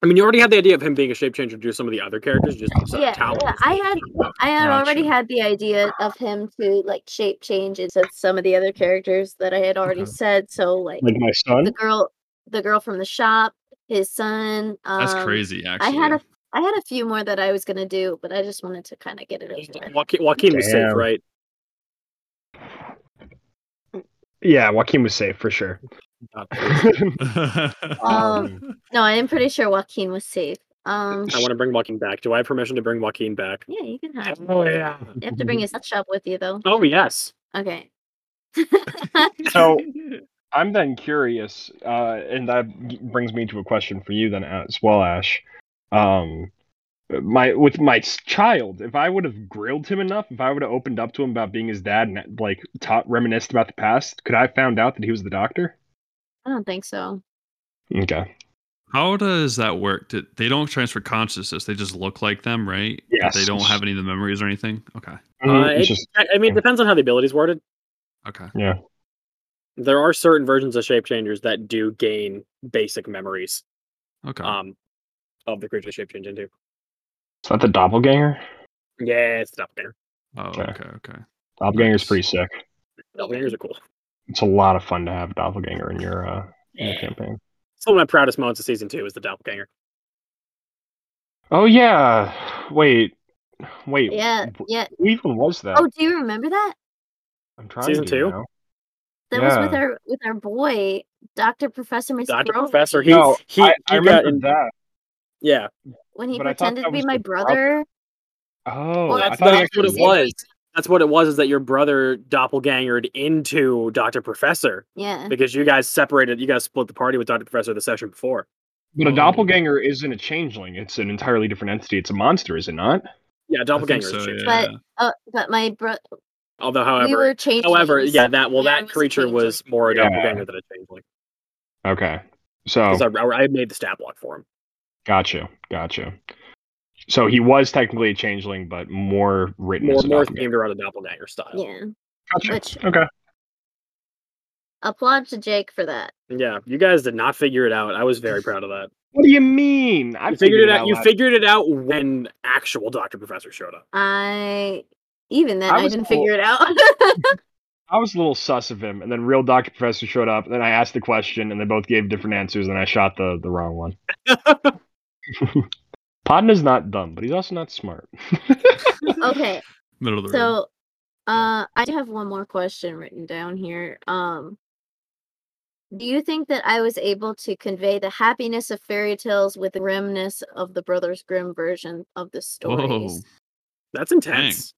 D: I mean, you already had the idea of him being a shape changer to some of the other characters, just so
B: Yeah,
D: Talon.
B: yeah, I had, I had already
C: Gotcha.
B: had the idea of him to like shape change into some of the other characters that I had already
C: Okay.
B: said. So like
A: like my
B: the
A: son.
B: girl, the girl from the shop, his son. Um,
C: That's crazy.
B: I
C: Actually,
B: had a, I had a few more that I was gonna do, but I just wanted to kind of get it over with.
D: Joaquin, Joaquin was safe,
A: Damn.
D: right?
A: Yeah, Joaquin was safe for sure.
D: God, I
A: I
B: Um, no, I'm pretty sure Joaquin was safe. Um,
D: want to bring Joaquin back. Do I have permission to bring Joaquin back?
B: yeah, you can have.
D: Oh yeah.
B: You have to bring his nut shop with you, though.
D: Oh yes.
B: Okay.
A: So- I'm then curious, uh, and that g- brings me to a question for you then as well, Ash. Um, my with my s- child, if I would have grilled him enough, if I would have opened up to him about being his dad and like taught reminisced about the past, could I have found out that he was the doctor?
B: I don't think so.
A: Okay.
C: How does that work? Did, they don't transfer consciousness. They just look like them, right? But
A: Yes.
C: They don't have any of the memories or anything. Okay.
D: Uh,
A: Mm, it's
D: it-
A: just
D: I, I mean, it depends on how the ability's worded.
C: Okay.
A: yeah.
D: There are certain versions of shape changers that do gain basic memories
C: Okay.
D: um, of the creature shape change into.
A: Is that the doppelganger?
D: Yeah, it's doppelganger.
C: oh,
A: okay.
C: okay. Okay.
A: Doppelganger's
C: Nice.
A: pretty sick.
D: Doppelgangers are cool.
A: It's a lot of fun to have a doppelganger in your uh, in your campaign.
D: It's one of my proudest moments of season two is the doppelganger.
A: Oh yeah. Wait. Wait.
B: Yeah,
A: wh-
B: yeah.
A: Who even was that?
B: Oh, do you remember that?
A: I'm trying
D: Season
A: to
D: two?
A: now.
B: That was with
A: Yeah.
B: our with our boy, Doctor Professor Mr.
D: Doctor
B: Crowley,
D: Professor, he
A: No,
D: he,
A: I,
D: he
A: I
D: got
A: remember
D: in-
A: that.
D: Yeah,
B: when he
A: but I thought
B: pretended
A: that
B: to be
A: was
B: my
A: the prob-
B: brother.
A: Oh,
B: Well,
A: I
D: that's,
A: thought he
D: that's what it
A: actually-
D: was. That's what it was. Is that your brother doppelgangered into Doctor Professor
B: Yeah.
D: because you guys separated. You guys split the party with Doctor Professor the session before.
A: But a
C: Oh.
A: doppelganger isn't a changeling. It's an entirely different entity. It's a monster, is it not?
D: Yeah,
C: I think
D: doppelganger. is
C: so,
D: changed.
C: yeah.
B: But- Uh, but my bro,
D: Although,
B: we
D: however,
B: were changing.
D: however, yeah, that well,
B: Yeah, I
D: that
B: was a
D: creature
B: changeling.
D: was more a
A: Yeah.
D: doppelganger than a changeling.
A: Okay. So,
C: Oh.
D: Because I, I made the stat block for him.
A: got you. Got you. So he was technically a changeling, but more written
D: More
A: as a
D: more
A: doppelganger.
D: themed around a doppelganger style.
B: yeah.
A: Gotcha.
B: Which
A: Okay.
B: applaud to Jake for that.
D: Yeah, you guys did not figure it out. I was very proud of that.
A: What do you mean? I
D: You figured it out. You figured it out when actual Doctor Professor showed up.
B: I even then
A: I
B: I,
A: was
B: didn't
A: cool.
B: figure it out.
A: I was a little sus of him, and then real Doctor Professor showed up, and then I asked the question, and they both gave different answers, and I shot the the wrong one. Podna's not dumb, but he's also not smart.
B: okay,
C: Middle of the road.
B: So, uh, I do have one more question written down here. Um, do you think that I was able to convey the happiness of fairy tales with the remnants of the Brothers Grimm version of the stories?
C: Whoa.
D: That's intense.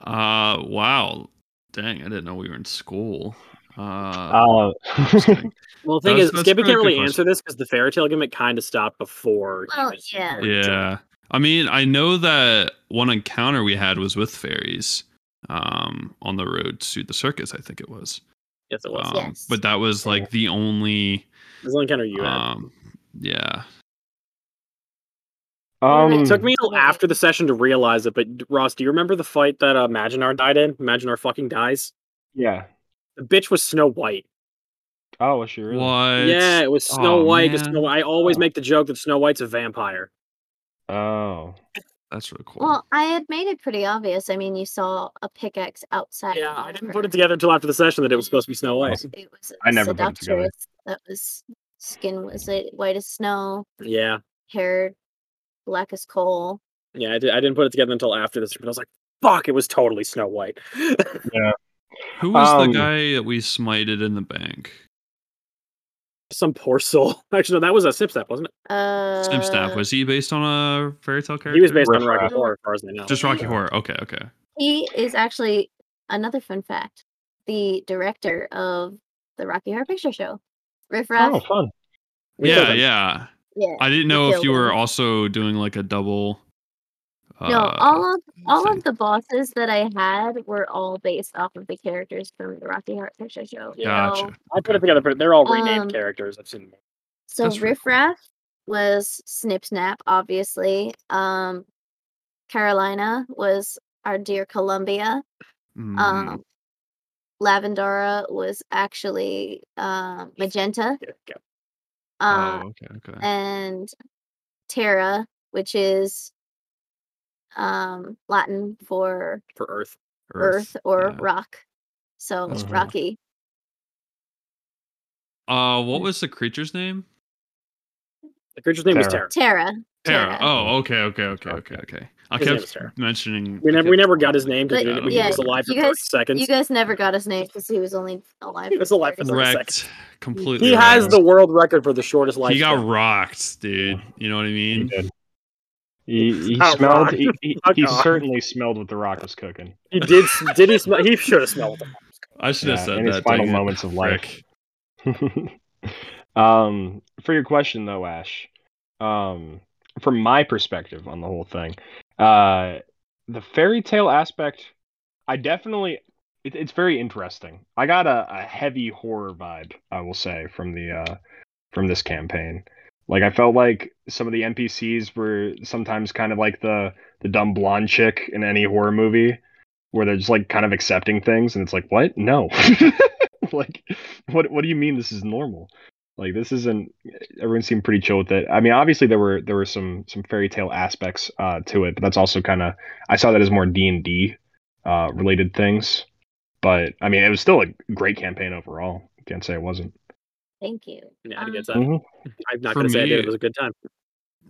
C: Uh, wow. Dang, I didn't know we were in school. Uh,
A: Uh,
C: interesting.
D: Well, the thing
C: That's-
D: is,
C: that's
D: Skippy
C: really
D: can't
C: good
D: really
C: question.
D: answer this because the fairy tale gimmick kind of stopped before. he
B: Well,
D: was
B: yeah.
D: born.
C: yeah. I mean, I know that one encounter we had was with fairies um, on the road to the circus, I think it was.
D: Yes, it was.
C: Um,
B: Yes.
C: But that was like the only.
D: It's the only encounter you had.
C: Um, yeah.
A: um,
D: It took me till
B: Right.
D: after the session to realize it, but Ross, do you remember the fight that uh, Maginar died in? Maginar fucking dies.
A: Yeah.
D: The bitch was Snow White.
A: Oh, was she really?
C: What?
D: yeah, it was Snow
C: Aw,
D: White. 'cause
C: man.
D: Snow, I always make the joke that Snow White's a vampire.
A: Oh.
C: That's really cool.
B: well, I had made it pretty obvious. I mean, you saw a pickaxe outside.
D: Yeah,
B: the
D: I didn't put
B: door.
D: it together until after the session that it was supposed to be Snow White.
B: It was
A: Oh, I never put it together.
B: seductress That was skin was it white as snow,
D: Yeah,
B: hair black as coal.
D: yeah, I, did, I didn't put it together until after this. But I was like, fuck, it was totally Snow White.
C: Who was
A: Um,
C: the guy that we smited in the bank?
D: Some poor soul. Actually, no, that was a Sipstep, wasn't it?
B: Uh,
C: Simstaff, was he based on a fairy tale character?
D: He was based on
A: Riff Raff.
D: Rocky Horror, as far as I know.
C: Just Rocky Horror. Okay, okay.
B: He is actually another fun fact. The director of the Rocky Horror Picture Show, Riff Raff.
A: Oh, fun.
D: We
C: yeah,
D: killed him.
C: yeah.
B: yeah.
C: I didn't know if
B: killed
C: you were
B: him.
C: also doing like a double.
B: no,
C: uh,
B: all of all
C: thing.
B: of the bosses that I had were all based off of the characters from the Rocky Horror Picture Show.
C: Gotcha.
D: I put it together, but they're all renamed
B: Um,
D: characters. I've seen.
B: So,
C: That's
B: so
C: really
B: Riff
C: cool.
B: Raff was Snip Snap, obviously. Um, Carolina was our dear Columbia.
C: Mm,
B: Um, Lavendara was actually uh, Magenta.
D: Yeah, yeah.
B: Uh,
C: oh, okay, okay.
B: and Terra, which is um, Latin for
D: For Earth.
B: earth, or
C: yeah.
B: rock. So
C: That's
A: cool.
B: rocky.
C: Uh, what was the creature's name?
D: The creature's name was
A: Terra.
D: Terra.
B: Terra. Terra.
C: Terra. Oh, okay, okay, okay, okay, okay. I
D: His name is
C: kept
D: Terra.
C: mentioning.
D: We
C: I
D: never, we
C: kept-
D: never got his name because
B: But,
D: we didn't-
B: yeah,
D: he was alive for
B: you
D: 30
B: guys-
D: seconds.
B: You guys never got his name because he was only alive.
D: He
B: for
D: was alive for
B: 30
D: 30
B: seconds.
D: seconds.
C: Wrecked. Completely.
D: He has
C: wrecked.
D: the world record for the shortest life.
C: He got rocked, dude. You know what I
A: He
C: mean?
A: did. He, he
D: Oh,
A: smelled.
D: God.
A: He, he,
D: Oh,
A: he
D: God.
A: certainly smelled what the Rock was cooking.
D: He did. Did he smell? He should have smelled it.
C: I should have
A: Yeah,
C: said
A: in
C: that.
A: his final
C: dang it.
A: moments of life.
C: Frick.
A: um, for your question though, Ash, um, from my perspective on the whole thing, uh, the fairy tale aspect, I definitely, it, it's very interesting. I got a, a heavy horror vibe, I will say, from the uh, from this campaign. Like I felt like some of the NPCs were sometimes kind of like the the dumb blonde chick in any horror movie, where they're just like kind of accepting things, and it's like, what? No. like what what do you mean this is normal like this isn't everyone seemed pretty chill with it i mean obviously there were there were some some fairy tale aspects uh to it but that's also kind of i saw that as more d&d uh related things but i mean it was still a great campaign overall can't say it wasn't
B: Thank you. Um,
D: Yeah, he gets that.
A: Mhm.
D: I'm
C: Mm-hmm. For
D: not going to say I did.
C: me-
D: It was a good time.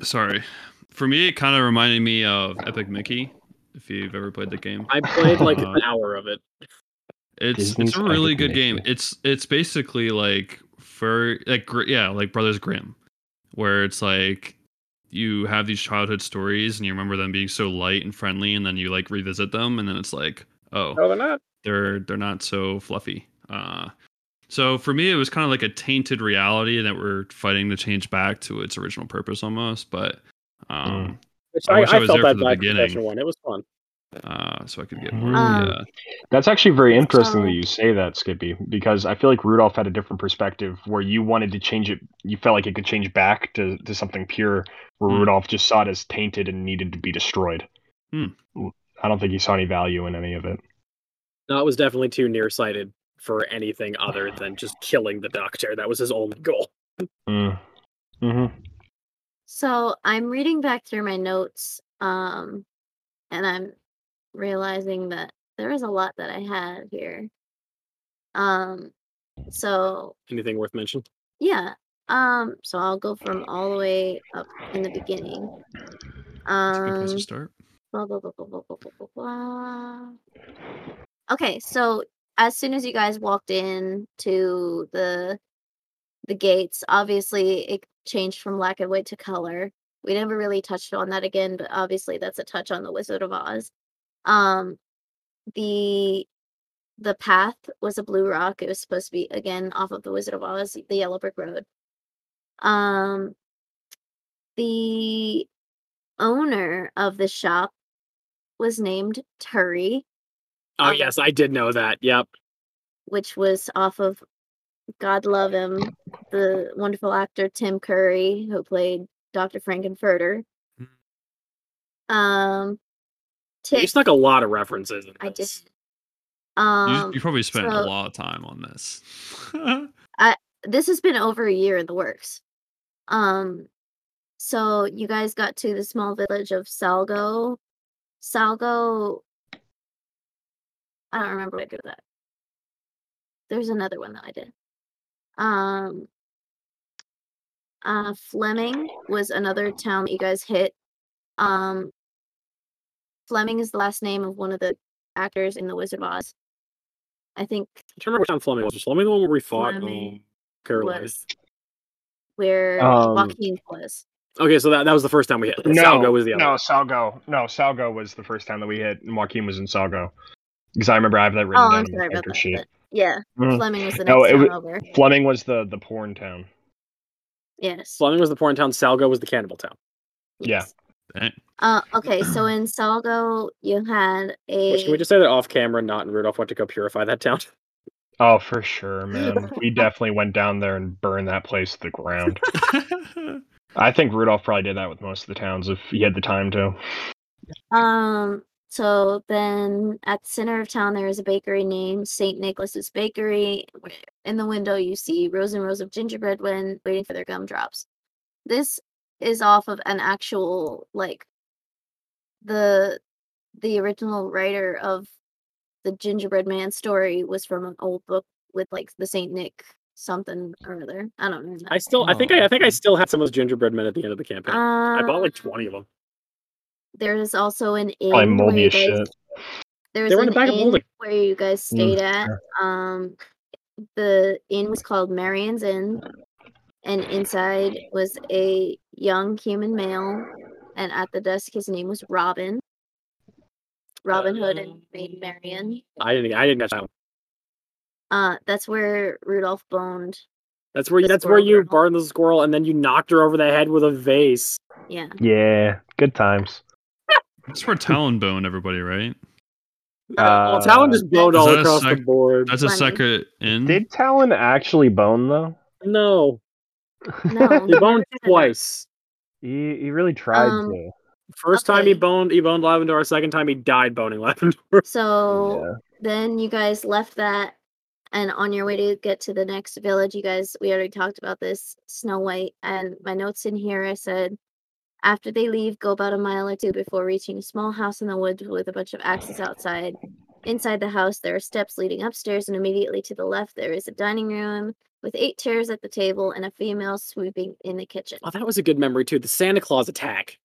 C: Sorry. For me, it kind of reminded me of Epic Mickey. If you've ever played the game,
D: I played like
C: Uh,
D: an hour of it.
C: it's
A: Disney's
C: it's a really
A: Epic
C: good game.
A: Mickey.
C: It's it's basically like for like Gr- yeah like Brothers Grimm, where it's like you have these childhood stories and you remember them being so light and friendly, and then you like revisit them, and then it's like oh
D: No, they're not.
C: they're they're not so fluffy. Uh, so for me, it was kind of like a tainted reality that we're fighting to change back to its original purpose almost, but. Um,
D: Which
C: I
D: I, I,
C: wish I was
D: felt
C: there for
D: that
C: the
D: back in
C: beginning.
D: session one. It was fun.
C: uh, so I could get uh, more.
B: Um,
C: yeah.
A: That's actually very interesting that
B: So-
A: you say that, Skippy, because I feel like Rudolph had a different perspective where you wanted to change it. You felt like it could change back to, to something pure, where
C: Hmm.
A: Rudolph just saw it as tainted and needed to be destroyed.
C: Hmm.
A: I don't think he saw any value in any of it.
D: No, it was definitely too nearsighted for anything other than just killing the doctor. That was his only goal.
A: Mm. hmm
B: So I'm reading back through my notes, um, and I'm realizing that there is a lot that I had here. Um, so
D: Anything worth mentioning?
B: yeah. Um, so I'll go from all the way up in the beginning.
C: That's a good
B: Um,
C: place to start.
B: blah, blah, blah, blah, blah, blah, blah, blah, blah. Okay, so as soon as you guys walked in to the the gates, obviously it changed from black and white to color. We never really touched on that again, but obviously that's a touch on the Wizard of Oz. Um the the path was a blue rock. It was supposed to be again off of the Wizard of Oz, the yellow brick road. Um the owner of the shop was named Turi,
D: Oh
B: Um,
D: yes, I did know that. Yep.
B: which was off of God love him, the wonderful actor Tim Curry who played Dr. Frankenfurter.
C: Mhm.
B: Um,
D: You
B: Tick,
D: stuck a lot of references. In
B: I did.
D: this.
C: You-
B: Um,
C: you, probably spent a
B: so-
C: lot of time on this.
B: this has been over a year in the works. Um, so you guys got to the small village of Salgo. Salgo. I don't remember what I did with that. There's another one that I did. Um, uh, Fleming was another town that you guys hit. Um, Fleming is the last name of one of the actors in The Wizard of Oz. I think
D: I don't remember which one Fleming was. Was Fleming the one where we fought?
B: Fleming
D: Um, Caroline.
B: was where
A: Um,
B: Joaquin was.
D: Okay, so that, that was the first time we hit.
A: No,
D: Salgo was the other.
A: no, Salgo. No, Salgo was the first time that we hit, and Joaquin was in Salgo. Because I remember I have that written
B: Oh,
A: down
B: I'm
A: on my
B: sorry about
A: character
B: that.
A: sheet.
B: but- yeah,
A: Mhm.
B: Fleming was the next
A: No, it
B: town
A: wa-
B: over.
A: Fleming was the the porn town.
B: Yes.
D: Fleming was the porn town. Salgo was the cannibal town.
A: yeah.
B: yes.
C: Dang.
B: Uh, okay, so in Salgo, you had a.
D: Which can we just say that off camera, not in Rudolph went to go purify that town?
A: Oh, for sure, man. we definitely went down there and burned that place to the ground. I think Rudolph probably did that with most of the towns if he had the time to.
B: Um. So then, at the center of town, there is a bakery named Saint Nicholas's Bakery. where In the window, you see rows and rows of gingerbread men waiting for their gumdrops. This is off of an actual like the the original writer of the gingerbread man story was from an old book with like the Saint Nick something or other. I don't know.
D: I still, I think, I, I think I
C: Oh.
D: still had some of those gingerbread men at the end of the campaign. I bought like
B: Uh,
D: twenty of them.
B: There is also an inn.
A: Probably
B: where
A: moldy
B: you
A: as
B: guys-
A: shit.
B: There's
D: They were
B: an
D: in the back of the
B: inn
D: building.
B: where you guys stayed at.
A: sure.
B: Um, the inn was called Marion's Inn, and inside was a young human male, and at the desk his name was Robin. Robin Hood and Maid Marian.
D: I didn't, I didn't catch that one.
B: Uh, that's where Rudolph boned.
D: That's where,
B: The
D: that's where
B: squirrel
D: you
B: girl.
D: burned the squirrel, and then you knocked her over the head with a vase.
B: Yeah.
A: Yeah, good times.
C: That's where Talon bone everybody, right?
D: Uh, well,
A: Uh,
D: Talon just blowed
C: Is
D: all
C: that a
D: across the
C: sec-
D: board.
C: That's a
B: Fleming.
C: second in.
A: Did Talon actually bone though?
D: No,
B: No.
D: he boned twice.
A: He he really tried
B: Um,
A: to.
D: First time he
B: Okay.
D: boned, he boned Lavendar. Second time he died boning Lavendar.
B: So
A: Yeah.
B: then you guys left that and on your way to get to the next village you guys we already talked about this snow white and my notes in here i said after they leave go about a mile or two before reaching a small house in the woods with a bunch of axes outside inside the house there are steps leading upstairs and immediately to the left there is a dining room with eight chairs at the table and a female sweeping in the kitchen
D: Oh, that was a good memory too. The Santa Claus attack.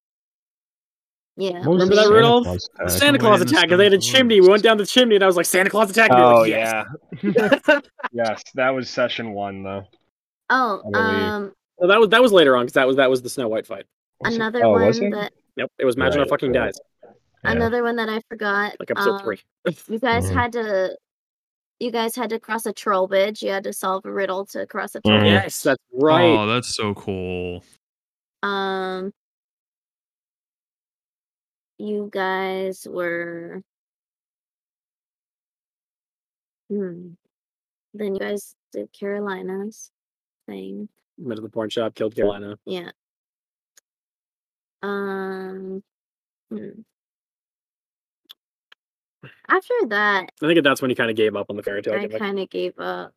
B: yeah
A: What was the
D: Remember that,
A: Santa
D: Rudolph?
A: Claus
D: The
A: attack?
D: Santa
C: Wait,
D: Claus
C: and the
D: attack. 'cause They had a
C: Santa
D: chimney. We
C: Claus.
D: went down the chimney, and I was like, Santa Claus attack. and they were
A: Oh
D: like, yes.
A: yeah. yes, that was session one though.
B: oh
A: I believe-
B: um
D: Well, that was that was later on because that was that was the Snow White fight.
A: Was it-
B: another
A: oh,
B: one
A: was it?
B: that
D: Yep, it was Magic
A: Right,
D: fucking
A: right.
D: dies.
A: Yeah.
B: another one that i forgot
D: Like
C: Uh,
D: episode
B: um,
D: three.
B: You guys
A: Mhm.
B: had to you guys had to cross a troll bridge. You had to solve a riddle to cross a troll
A: Mhm.
B: bridge.
D: Yes, that's right.
C: Oh, that's so cool.
B: Um you guys were hmm. Then you guys did Carolina's thing.
D: Went to the porn shop, killed Carolina.
B: Yeah. Um hmm. after that
D: I think that's when he kind of gave up on the fairy tale.
B: I
D: gimmick.
B: kinda gave up.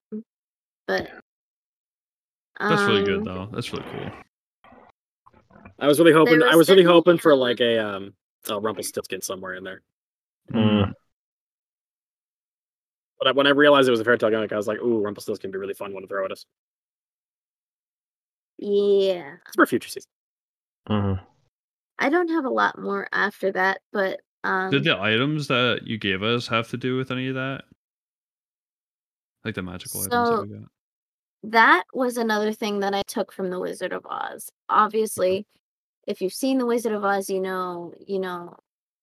B: But
C: That's really good
B: um,
C: though. That's really cool.
D: I was really hoping.
B: There
D: I
B: was
D: was really
B: definitely,
D: hoping for
B: um,
D: like a um, a Rumpelstiltskin somewhere in there.
A: Mm.
D: But I, when I realized it was a fairy tale gimmick, I was like, "Ooh, Rumpelstiltskin would be really fun one to throw at us."
B: Yeah.
D: It's for future season.
A: Mhm.
B: I don't have a lot more after that, but um
C: Did the items that you gave us have to do with any of that? Like the magical items that
B: So-
C: we got.
B: that was another thing that I took from the Wizard of Oz.
C: Mm-hmm.
B: Obviously, if you've seen the Wizard of Oz, you know, you know,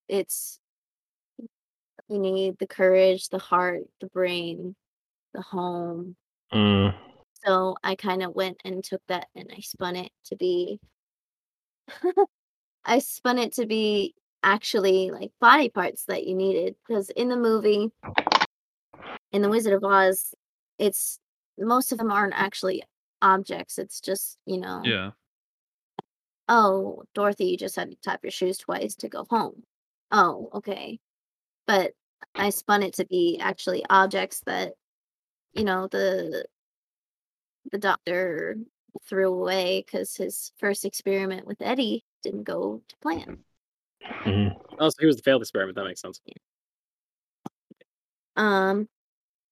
B: it's you need the courage, the heart, the brain, the home.
A: Mm.
B: So I kind of went and took that and I spun it to be I spun it to be actually like body parts that you needed because in the movie in the Wizard of Oz, it's most of them aren't actually objects. It's just, you know,
C: Yeah.
B: oh, Dorothy, you just had to tap your shoes twice to go home. Oh, okay. But I spun it to be actually objects that, you know, the the doctor threw away because his first experiment with Eddie didn't go to plan.
A: Mhm.
D: Oh, so he was the failed experiment. That makes sense.
B: Um,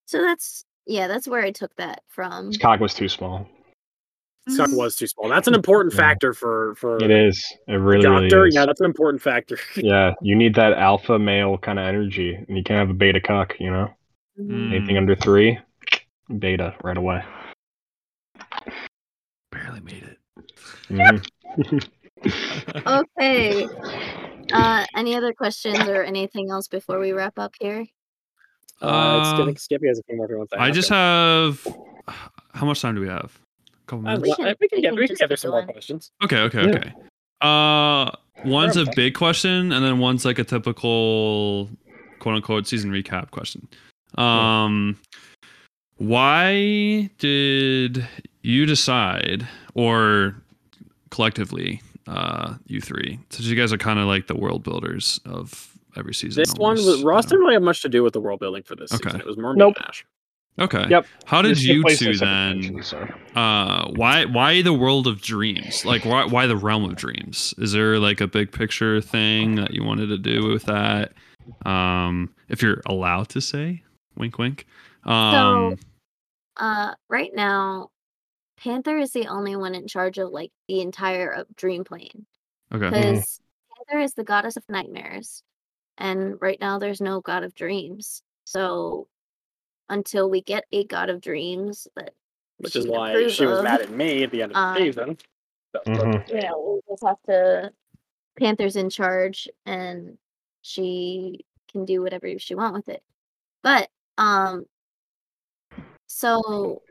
B: so that's yeah, that's where I took that from.
A: His cock was too small.
B: Mm-hmm.
D: Suck was too small. That's an important
A: Yeah.
D: factor for for
A: It is. It really,
D: doctor.
A: really is.
D: yeah, that's an important factor.
A: yeah, you need that alpha male kind of energy, and you can't have a beta cock. You know,
C: Mm.
A: anything under three, beta right away.
C: Barely made it.
A: Mhm.
B: Okay. Uh, any other questions or anything else before we wrap up here?
D: Uh,
B: Oh,
D: it's
C: Um,
D: giving Skippy has a few more if he wants to
C: I
D: ask
C: just
D: him.
C: have. How much time do we have? A couple
D: Uh,
C: minutes.
B: We
D: well,
B: can-
D: I- we can
B: we
D: get
B: can
D: we can
B: just
D: get there
B: keep
D: some more
B: going.
D: questions.
C: Okay, okay,
A: Yeah.
C: okay. Uh, one's a
D: okay.
C: big question, and then one's like a typical quote unquote season recap question. Um, why did you decide, or collectively, uh, you three, since you guys are kind of like the world builders of every season?
D: This one,
C: almost, uh,
D: was, Ross
C: you know?
D: didn't really have much to do with the world building for this
C: Okay.
D: season. It was more
A: Nope.
D: Ash.
C: Okay.
A: Yep.
C: How did
A: This took
C: you
A: place in
C: two
A: separate
C: then?
A: dimensions, so.
C: uh why why the world of dreams like why why the realm of dreams is there like a big picture thing that you wanted to do with that um if you're allowed to say wink wink um
B: Uh, right now, Panther is the only one in charge of like the entire of Dream Plane
C: okay
B: because Panther is the goddess of nightmares, and right now there's no god of dreams. So until we get a god of dreams, that
D: which is
B: she'd
D: why
B: approve
D: she was
B: of,
D: mad at me at the end of the
B: Um,
D: season. So,
A: Mhm.
B: Yeah, we'll just have to. Panther's in charge, and she can do whatever she want with it. But um, so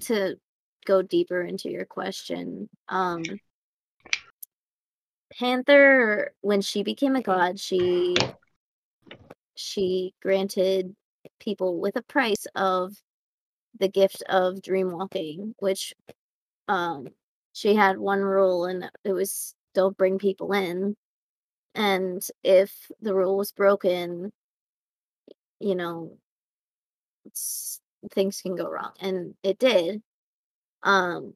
B: to go deeper into your question, um, Panther, when she became a god, she she granted people with a price of the gift of dream walking, which um she had one rule and it was don't bring people in and if the rule was broken you know s- things can go wrong and it did um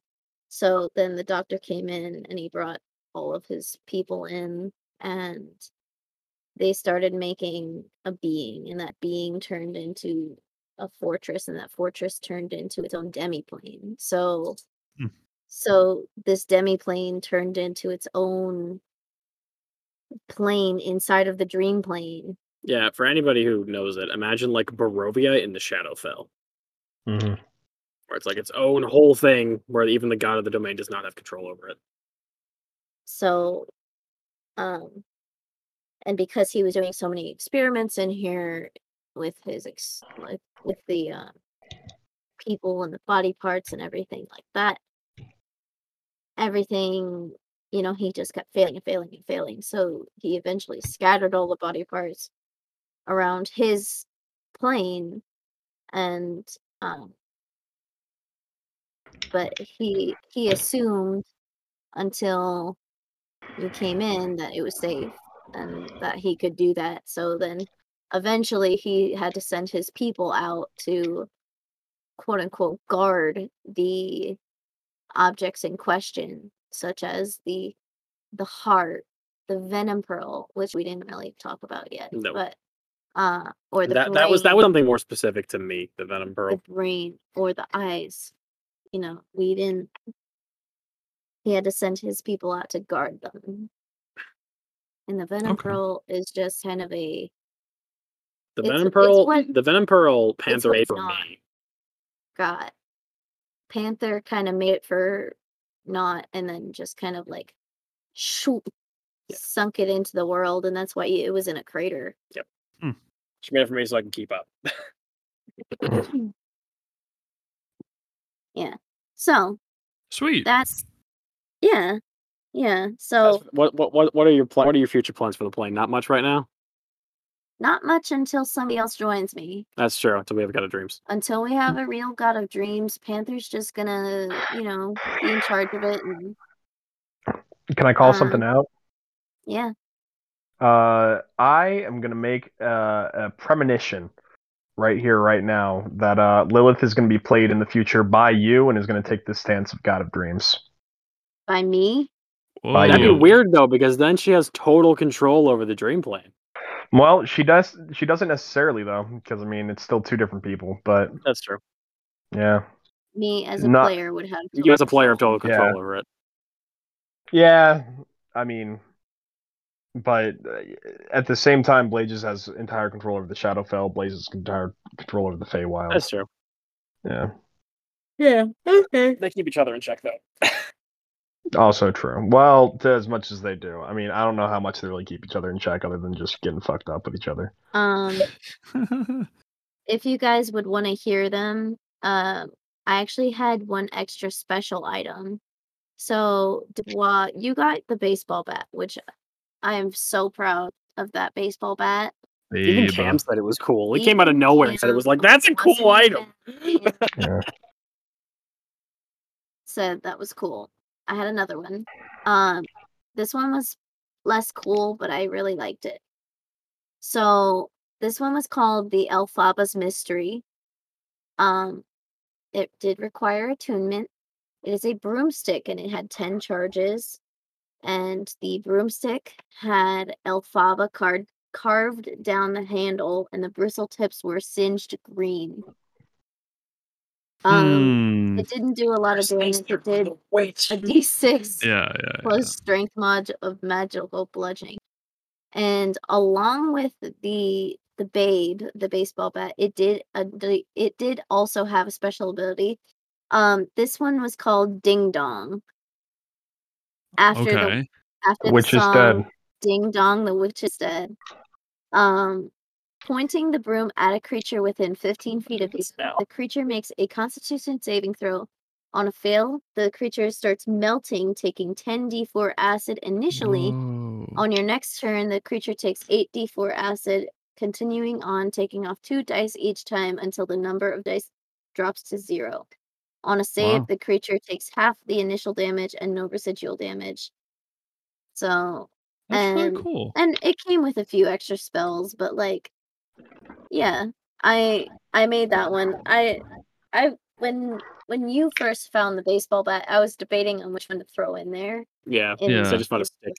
B: so then the doctor came in and he brought all of his people in and they started making a being and that being turned into a fortress and that fortress turned into its own demi plane so
C: Hmm.
B: so this demi plane turned into its own plane inside of the dream plane
D: yeah, for anybody who knows it, imagine like Barovia in the Shadowfell,
A: Mhm.
D: where it's like its own whole thing, where even the god of the domain does not have control over it.
B: so um and because he was doing so many experiments in here with his ex- like with the uh, people and the body parts and everything like that everything you know he just kept failing and failing and failing so he eventually scattered all the body parts around his plane and um but he he assumed until you came in that it was safe and that he could do that so then eventually he had to send his people out to quote unquote guard the objects in question such as the the heart, the venom pearl, which we didn't really talk about yet.
D: No.
B: But uh or the
D: That that was that
B: brain,
D: was something more specific to me. The Venom
B: the
D: Pearl.
B: brain or the eyes. You know, we didn't he had to send his people out to guard them. And the venom
C: Okay.
B: pearl is just kind of a
D: The
B: it's-
D: Venom
B: it's
D: Pearl.
B: what-
D: The Venom Pearl Panther
B: what
D: A
B: it's
D: for
B: not.
D: me.
B: got Panther kind of made it for not and then just kind of like shoop
D: Yeah.
B: sunk it into the world and that's why it was in a crater.
D: She made it for me so I can keep up.
B: So
C: Sweet.
B: that's yeah. Yeah.
D: As-
B: So
D: What what what what are your pla- what are your future plans for the plane? Not much right now.
B: not much until somebody else joins me.
D: That's true. Until we have kind of dreams.
B: Until we
D: Mm.
B: have a real God of Dreams, Panther's just gonna, you know, be in charge of it and
A: Can I call
B: Uh,
A: something out?
B: yeah.
A: Uh, I am gonna make uh, a premonition right here, right now, that uh, Lilith is gonna be played in the future by you and is gonna take the stance of God of Dreams.
B: By me.
C: Whoa.
D: That'd be
A: you.
D: weird though, because then she has total control over the dream plane.
A: Well, she does. She doesn't necessarily though, because I mean, it's still two different people. But
D: That's true.
A: yeah,
B: Me as a
A: Not-
B: player would have
D: You as a player have
B: control.
D: total control over it.
A: yeah. I mean, but uh, at the same time, Blazes has entire control over the Shadowfell. Blazes has entire control over the Feywild.
D: That's true.
A: Yeah.
B: Yeah. Okay.
D: They keep each other in check though.
A: Also true. Well, to as much as they do. I mean, I don't know how much they really keep each other in check other than just getting fucked up with each other.
B: Um if you guys would want to hear them, um, I actually had one extra special item. So, Dubois, you got the baseball bat, which I am so proud of that baseball bat.
D: Even
C: Babe.
D: Cam said it was cool. He came out of nowhere and said it was like, "That's a cool item."
B: Washington and
A: Yeah.
B: said that was cool. I had another one. Um, this one was less cool, but I really liked it. So this one was called the Elphaba's Mystery. Um, it did require attunement. It is a broomstick, and it had ten charges. And the broomstick had Elphaba card carved down the handle, and the bristle tips were singed green. Um,
C: Hmm.
B: it didn't do a lot of damage. It did a d6
C: Yeah, yeah, yeah.
B: plus strength mod of magical bludgeoning. And along with the the babe, the baseball bat, it did a, d- it did also have a special ability. Um, this one was called Ding Dong. After
C: Okay.
B: the after
A: Which
B: the
A: is
B: song,
A: dead.
B: Ding Dong, the witch is dead. Um, pointing the broom at a creature within 15 feet of you,
D: Spell.
B: the creature makes a Constitution saving throw. On a fail, the creature starts melting, taking 10d4 acid
C: Mm.
B: initially.
C: Whoa.
B: On your next turn, the creature takes 8d4 acid, continuing on, taking off two dice each time until the number of dice drops to zero. On a save,
C: Wow.
B: the creature takes half the initial damage and no residual damage. So
C: That's really
B: and-
C: cool.
B: and it came with a few extra spells but like yeah i i made that one i i when when you first found the baseball bat i was debating on which one to throw in there
D: Yeah.
B: in
C: Yeah.
D: So I just found a
B: the
D: stick.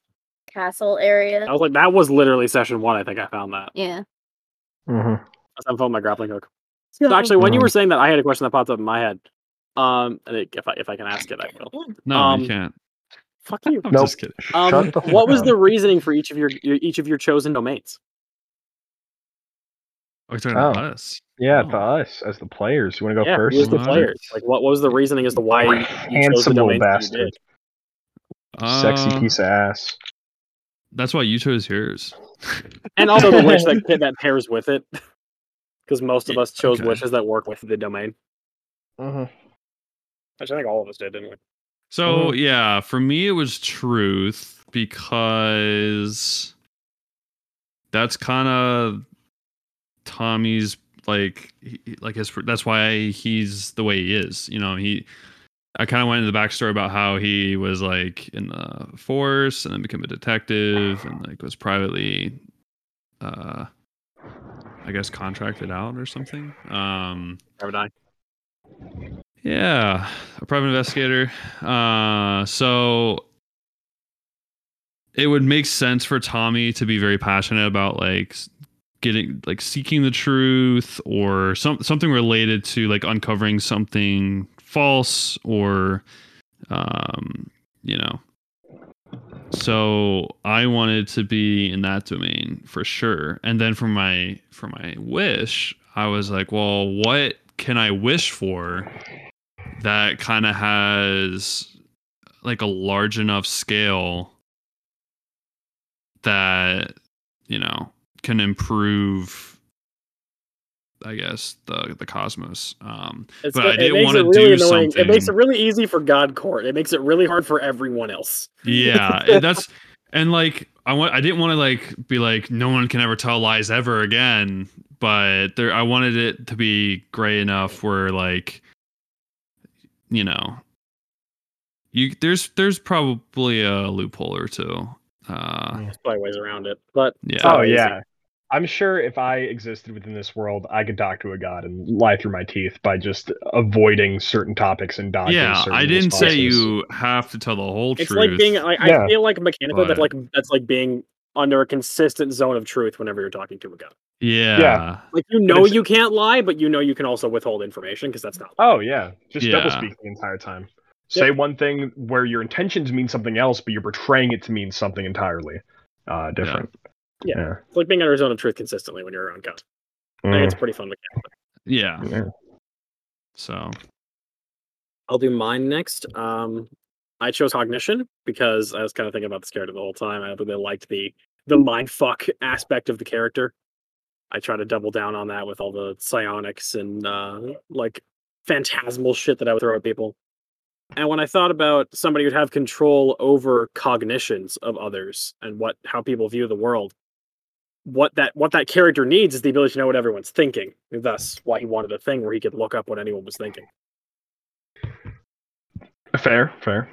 B: castle area
D: I was like, that was literally session one. I think I found that.
B: yeah
A: Mhm.
D: I found my grappling hook. So actually, when you
A: Mm-hmm.
D: were saying that, I had a question that popped up in my head. Um, I think if I if I can ask it, I will.
C: No,
D: Um,
C: you can't.
D: Fuck you.
C: I'm
A: Nope.
C: just kidding.
D: Um,
A: Shut the fuck
D: what was
A: up.
D: the reasoning for each of your, your each of your chosen domains?
C: Are you talking
A: Oh.
C: about us?
A: Yeah, to us as the players. You want to go
D: Oh. yeah,
A: first?
D: who's the
C: Alright.
D: players? Like, what, what was the reasoning as to why you, you chose the
A: Handsome little
D: domains that you
A: bastard.
D: did?
A: Sexy
C: Uh,
A: piece of ass.
C: That's why you chose yours.
D: And also the witch that that pairs with it, because most of
C: Yeah,
D: us chose
C: okay.
D: witches that work with the domain.
A: Mhm.
D: Which I think all of us did, didn't we?
C: So yeah, for me it was truth because that's kind of Tommy's like he- like his that's why he's the way he is. You know, he I kind of went into the backstory about how he was like in the force and then became a detective and like was privately uh I guess contracted out or something. Um
D: Never die.
C: Yeah, a private investigator. Uh, so it would make sense for Tommy to be very passionate about like s- getting like seeking the truth or some something related to like uncovering something false or um you know. So I wanted to be in that domain for sure. And then for my for my wish, I was like, well, what can I wish for that kind of has like a large enough scale that you know can improve i guess the the cosmos um
D: It's
C: But
D: go-
C: I did
D: it makes
C: wanna
D: it really
C: do
D: annoying. It makes it
C: something.
D: really easy for God Court. It makes it really hard for everyone else.
C: yeah and that's and like i want i didn't want to like be like no one can ever tell lies ever again but there i wanted it to be gray enough where like you know you there's there's probably a loophole or two uh
D: There's probably ways around it, but
C: yeah
A: Oh
D: Amazing.
A: yeah. I'm sure if I existed within this world, I could talk to a god and lie through my teeth by just avoiding certain topics and dodging.
C: yeah
A: certain
C: i didn't say
A: responses.
C: you have to tell the whole
D: it's
C: truth
D: like being. Like, I
A: Yeah.
D: feel like mechanical. That
C: But-
D: like that's like being under a consistent zone of truth whenever you're talking to a god.
C: yeah
A: Yeah.
D: Like you know
A: it's-
D: you can't lie, but you know you can also withhold information because that's not.
A: Oh yeah, just
C: Yeah.
A: double speak the entire time. Say one thing where your intentions mean something else, but you're portraying it to mean something entirely uh, different.
D: Yeah. It's like being under a zone of truth consistently when you're around God. I think
A: Mm.
D: it's pretty fun mechanic.
C: yeah
A: Yeah.
C: so
D: I'll do mine next. Um, I chose cognition because I was kind of thinking about this character the whole time. I really liked the the mind fuck aspect of the character. I try to double down on that with all the psionics and uh, like phantasmal shit that I would throw at people. And when I thought about somebody who'd have control over cognitions of others and what how people view the world, what that what that character needs is the ability to know what everyone's thinking. And thus, why he wanted a thing where he could look up what anyone was thinking.
A: Fair, fair.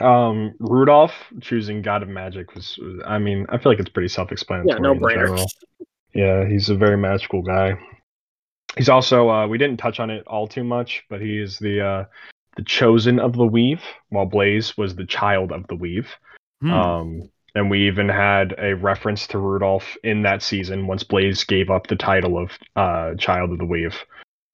A: Um, Rudolph choosing God of Magic was, was- I mean, I feel like it's pretty self-explanatory.
D: Yeah, no
A: in
D: brainer.
A: general. Yeah, he's a very magical guy. He's also, uh, we didn't touch on it all too much, but he is the uh, the chosen of the weave, while Blaze was the child of the weave.
C: hmm.
A: Um, and we even had a reference to Rudolph in that season once Blaze gave up the title of uh, Child of the Weave.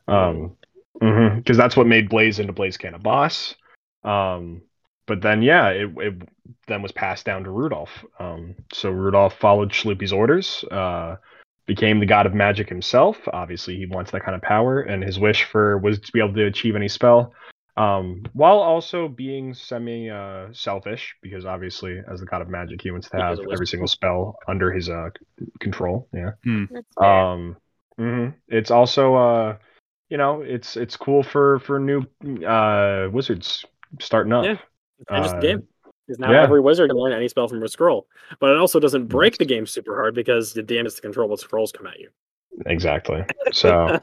A: Um, because that's what made Blaze into Blaze Canna Boss. Um, but then, yeah, it, it then was passed down to Rudolph. Um, so Rudolph followed Schloopy's orders, uh, became the god of magic himself. Obviously, he wants that kind of power, and his wish for was to be able to achieve any spell um, while also being semi uh, selfish because obviously as the god of magic he wants to
D: He is
A: have
D: a wizard.
A: every single spell under his uh, c- control yeah
B: That's fair.
D: uh,
A: um mhm. it's also uh you know it's it's cool for for new uh wizards starting up
D: Yeah. and just the
A: Uh,
D: game. Because now
A: yeah. Mm.
D: every wizard can learn any spell from a scroll. But it also doesn't break the game super hard because the DM is to control what scrolls come at you.
A: exactly so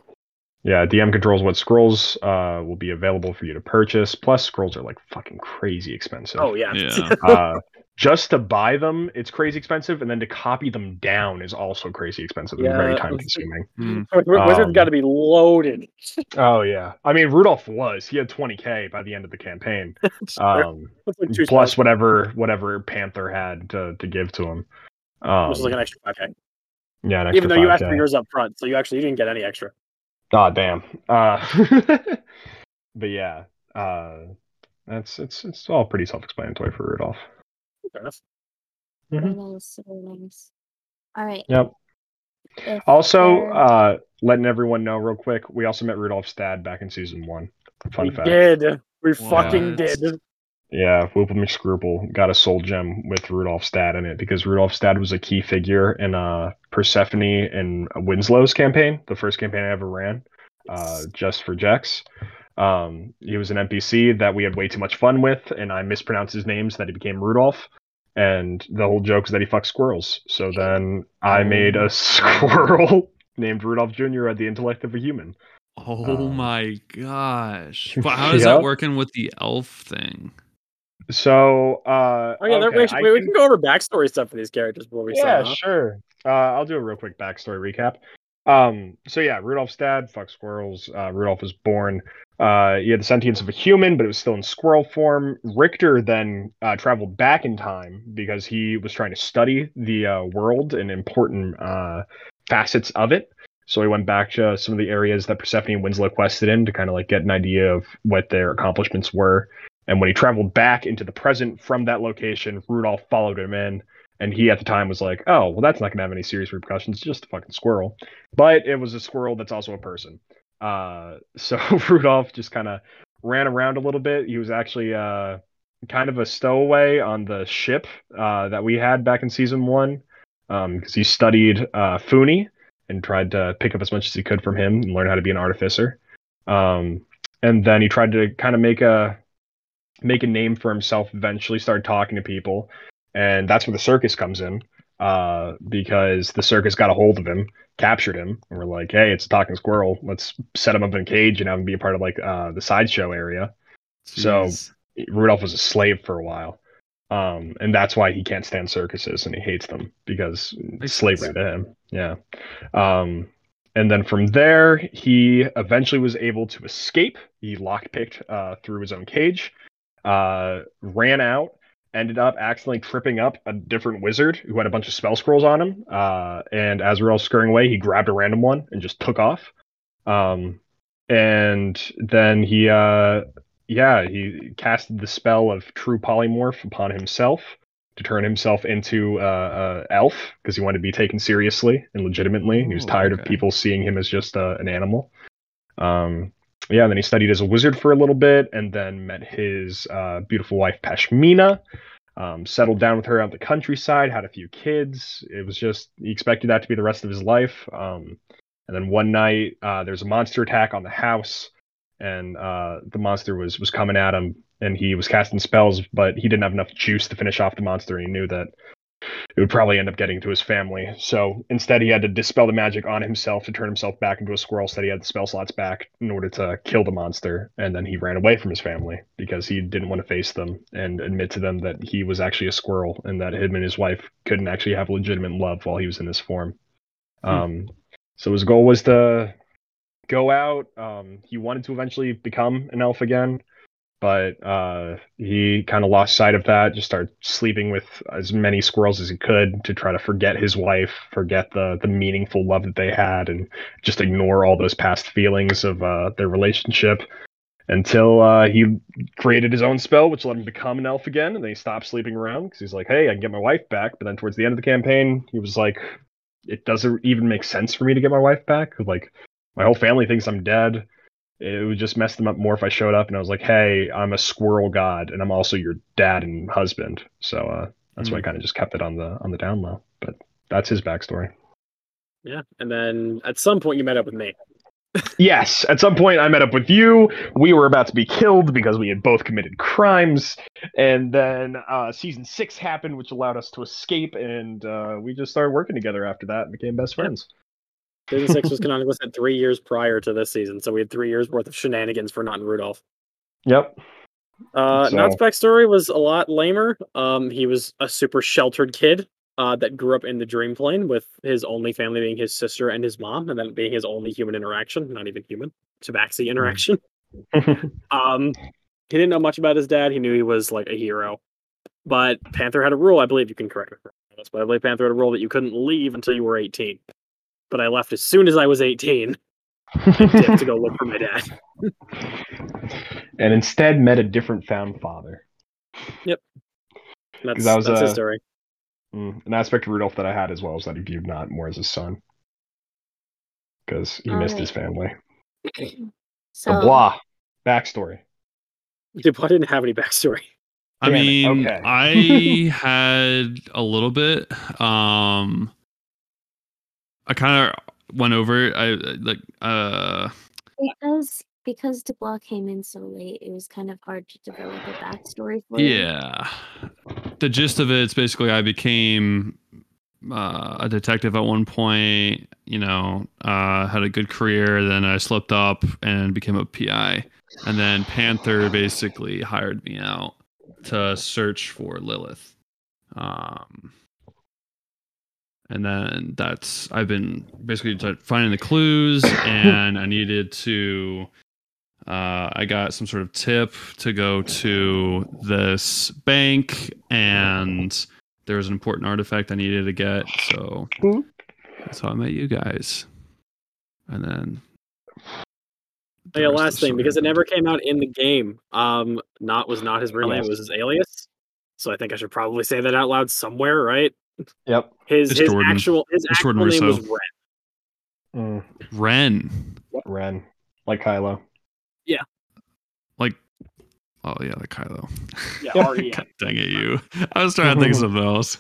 A: yeah dm controls what scrolls uh will be available for you to purchase plus scrolls are like fucking crazy expensive
D: Oh yeah.
C: yeah
A: uh, just to buy them, it's crazy expensive, and then to copy them down is also crazy expensive and very
D: Yeah.
A: time consuming.
C: Hmm.
D: Wizard's
A: Um,
D: gotta be loaded.
A: Oh yeah, I mean Rudolph was he had 20k by the end of the campaign, um,
D: That's like two
A: plus
D: spells,
A: whatever whatever Panther had to, to give to him. Um,
D: which is like an extra five k.
A: yeah, an
D: Even
A: extra
D: though you
A: 5K.
D: asked for yours up front, so you actually you didn't get any extra.
A: God damn. Uh, but yeah, uh, that's it's it's all pretty self-explanatory for Rudolph.
D: Fair enough. mm-hmm.
B: Very
A: Mhm.
B: nice, very nice. All right.
A: Yep.
B: if
A: Also,
B: there-
A: uh, letting everyone know real quick, we also met Rudolph's dad back in season one. Fun
D: we
A: fact.
D: did. We fucking
C: What?
D: did.
A: Yeah, Whoople McScruple got a soul gem with Rudolph's dad in it because Rudolph's dad was a key figure in uh, Persephone and Winslow's campaign, the first campaign I ever ran, uh, just for Jex. Um, he was an NPC that we had way too much fun with, and I mispronounced his name so that he became Rudolph. And the whole joke is that he fucks squirrels. So then I made a squirrel named Rudolph Jr. had the intellect of a human.
C: Oh
A: Um,
C: my gosh. But how does that
A: yeah.
C: work in with the elf thing?
A: So, uh,
D: Oh yeah, that-
A: okay,
D: we,
A: I
D: actually, we, we
A: can-
D: can go over backstory stuff for these characters before we
A: yeah,
D: sign off.
A: sure. Uh, I'll do a real quick backstory recap. Um, so yeah, Rudolph's dad, fuck squirrels. Uh, Rudolph was born. Uh, he had the sentience of a human, but it was still in squirrel form. Richter then uh, traveled back in time because he was trying to study the uh, world and important uh, facets of it. So he went back to some of the areas that Persephone and Winslow quested in to kind of like get an idea of what their accomplishments were. And when he traveled back into the present from that location, Rudolph followed him in. And he at the time was like, oh, well, that's not going to have any serious repercussions. It's just a fucking squirrel. But it was a squirrel that's also a person. Uh, so Rudolph just kind of ran around a little bit. He was actually uh, kind of a stowaway on the ship uh, that we had back in season one because he studied uh, Funi and tried to pick up as much as he could from him and learn how to be an artificer. Um, and then he tried to kind of make a make a name for himself. Eventually, started talking to people, and that's where the circus comes in uh, because the circus got a hold of him, captured him, and we're like, "Hey, it's a talking squirrel. Let's set him up in a cage and have him be a part of like uh, the sideshow area." So- Rudolph was a slave for a while, um, and that's why he can't stand circuses and he hates them because
C: Makes
A: slavery
C: sense.
A: to him. Yeah. Um, and then from there, he eventually was able to escape. He lockpicked uh, through his own cage, uh, ran out, ended up accidentally tripping up a different wizard who had a bunch of spell scrolls on him. Uh, and as we were all scurrying away, he grabbed a random one and just took off. Um, and then he, uh, yeah, he casted the spell of true polymorph upon himself to turn himself into uh, uh, elf because he wanted to be taken seriously and legitimately. and he was
C: Ooh,
A: tired of
C: okay.
A: people seeing him as just uh, an animal. Um, yeah, and then he studied as a wizard for a little bit, and then met his uh, beautiful wife Pashmina. Um, settled down with her out in the countryside, had a few kids. It was just he expected that to be the rest of his life. Um, and then one night, uh, there's a monster attack on the house, and uh, the monster was was coming at him, and he was casting spells, but he didn't have enough juice to finish off the monster. And he knew that it would probably end up getting to his family. So instead, he had to dispel the magic on himself to turn himself back into a squirrel so that he had the spell slots back in order to kill the monster. And then he ran away from his family because he didn't want to face them and admit to them that he was actually a squirrel and that him and his wife couldn't actually have legitimate love while he was in this form. Um, so his goal was to go out. Um, he wanted to eventually become an elf again but uh, he kind of lost sight of that. Just started sleeping with as many squirrels as he could to try to forget his wife, forget the the meaningful love that they had, and just ignore all those past feelings of uh, their relationship. Until uh, he created his own spell, which let him become an elf again, and then he stopped sleeping around because he's like, "Hey, I can get my wife back." But then towards the end of the campaign, he was like, "It doesn't even make sense for me to get my wife back. Like, my whole family thinks I'm dead." it would just mess them up more if I showed up and I was like, "Hey, I'm a squirrel god, and I'm also your dad and husband." So uh, that's why I
D: Hmm.
C: Mm.
A: kind of just kept it on the on the down low. But that's his backstory.
D: Yeah, and then at some point you met up with me.
A: yes, at some point I met up with you. We were about to be killed because we had both committed crimes, and then uh, season six happened, which allowed us to escape, and uh, we just started working together after that and became best
D: Yeah.
A: friends.
D: Season six was canonically set three years prior to this season, so we had three years worth of shenanigans for Not and Rudolph.
A: Yep.
D: Uh,
A: So-
D: Not's backstory was a lot lamer. Um, he was a super sheltered kid uh, that grew up in the dream plane with his only family being his sister and his mom, and that being his only human interaction, not even human, tabaxi interaction. Um, he didn't know much about his dad. He knew he was like a hero. But Panther had a rule, I believe you can correct me if I'm wrong on this, but I believe Panther had a rule that you couldn't leave until you were 18. But I left as soon as I was 18 dipped to go look for my dad.
A: and instead met a different found father.
D: And That's,
A: That was,
D: that's his
A: uh,
D: story.
A: Mm, an aspect of Rudolph that I had as well is that he viewed Not more as his son because he missed his family.
B: So
A: So, blah backstory.
D: Dubois didn't have any backstory.
C: I
A: Damn it,
C: mean,
A: okay.
C: I had a little bit. Um, I kind of went over. it. I like uh,
B: because because Dubois came in so late, it was kind of hard to develop a backstory for him.
C: yeah. The gist of it's basically I became uh, a detective at one point. You know, uh, had a good career. Then I slipped up and became a PI, and then Panther basically hired me out to search for Lilith. Um, and then that's I've been basically t- finding the clues, and I needed to. Uh, I got some sort of tip to go to this bank, and there was an important artifact I needed to get. So
A: Cool.
C: that's how I met you guys, and then. the
D: Oh, yeah,
C: rest
D: last
C: is
D: thing
C: sort
D: because it
C: of-
D: never came out in the game. Um, not was not his real name;
A: Yes.
D: it was his alias. So I think I should probably say that out loud somewhere, right?
A: Yep.
D: His
C: It's
D: his
C: Jordan.
D: actual his
C: It's
D: actual
C: Jordan
D: name was
C: Russo.
D: Ren.
A: Mm,
C: Ren.
A: Ren, like Kylo.
C: Oh yeah, the Kylo.
D: Yeah, E
A: Yeah.
D: R-E-N.
C: God dang it, you! I was trying to think of something else.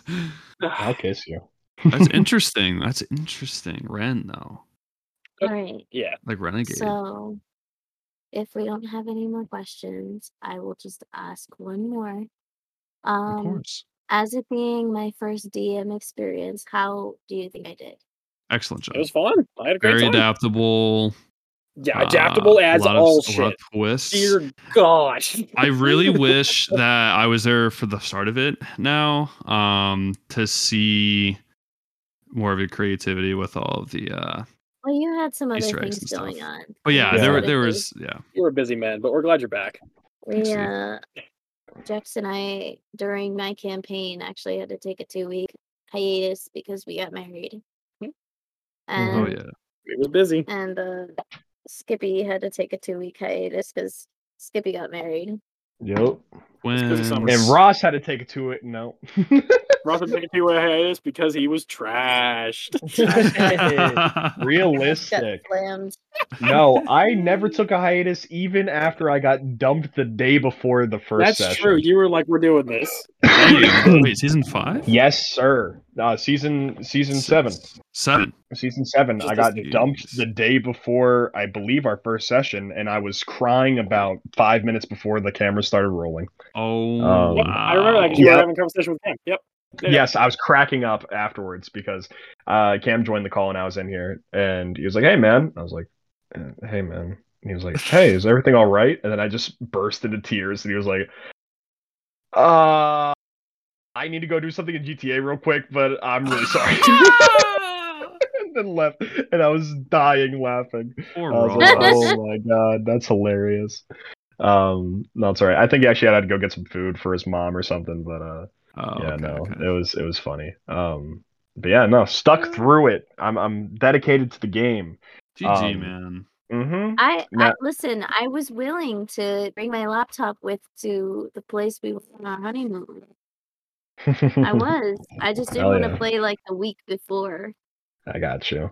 A: I'll kiss you.
C: That's interesting. That's interesting. Ren though,
B: All right.
D: Yeah,
C: like renegade.
B: So, if we don't have any more questions, I will just ask one more.
C: of
B: Um,
C: course.
B: as it being my first DM experience, how do you think I did?
C: Excellent job.
D: it was fun. I had a great
C: Very
D: time.
C: adaptable.
D: yeah,
C: uh,
D: adaptable as
C: a lot
D: all
C: of, A lot
D: shit.
C: of twists.
D: Dear gosh.
C: I really wish that I was there for the start of it now um, to see more of your creativity with all of the. Uh,
B: Well, you had some other
C: Easter
B: things
C: eggs and stuff.
B: going on.
C: but yeah, there
A: Yeah.
C: were there was yeah.
D: You're a busy man, but we're glad you're back.
B: We,
C: Actually.
B: uh, Jex and I, during my campaign, actually had to take a two week hiatus because we got married. And,
C: Oh Hmm. yeah.
D: It was busy.
B: and uh, Skippy had to take a two week hiatus because Skippy got married.
A: Yep.
D: of summer.
C: When
A: And Ross had to take it to it. No.
D: Robin took a two way hiatus because he was trashed.
B: Got
A: Realistic.
B: slammed.
A: No, I never took a hiatus even after I got dumped the day before the first
D: That's
A: session.
D: true. You were like, we're doing this.
C: Dang, Wait, season five?
A: Yes, sir. Uh, season season seven.
C: Seven.
A: Season seven. I got
C: Jeez.
A: dumped the day before I believe our first session, and I was crying about five minutes before the camera started rolling.
C: Oh,
A: Um,
D: Yep, I remember that because you
A: Yep.
D: were having a conversation with him. Yep. Yeah.
A: Yes, I was cracking up afterwards because uh, Cam joined the call and I was in here, and he was like, "Hey, man." I was like, "Uh, "Hey, man." And he was like, "Hey, is everything all right?" And then I just burst into tears, and he was like, "Uh, I need to go do something in GTA real quick, but I'm really sorry." and then left, and I was dying laughing.
C: Poor
A: I was like,
C: Ross.
A: oh my god, that's hilarious. Um, no, it's all right. I think he actually had to go get some food for his mom or something, but uh
C: Oh,
A: yeah,
C: okay,
A: no,
C: okay.
A: it was it was funny. Um, but yeah, no, stuck through it. I'm I'm dedicated to the game.
C: GG,
A: um,
C: man.
A: Mm-hmm.
B: I, I
A: No.
B: listen. I was willing to bring my laptop with to the place we went on our honeymoon.
A: Mm-hmm.
B: I was. I just didn't
A: Hell
B: want to
A: yeah.
B: play like the week before.
A: I got you.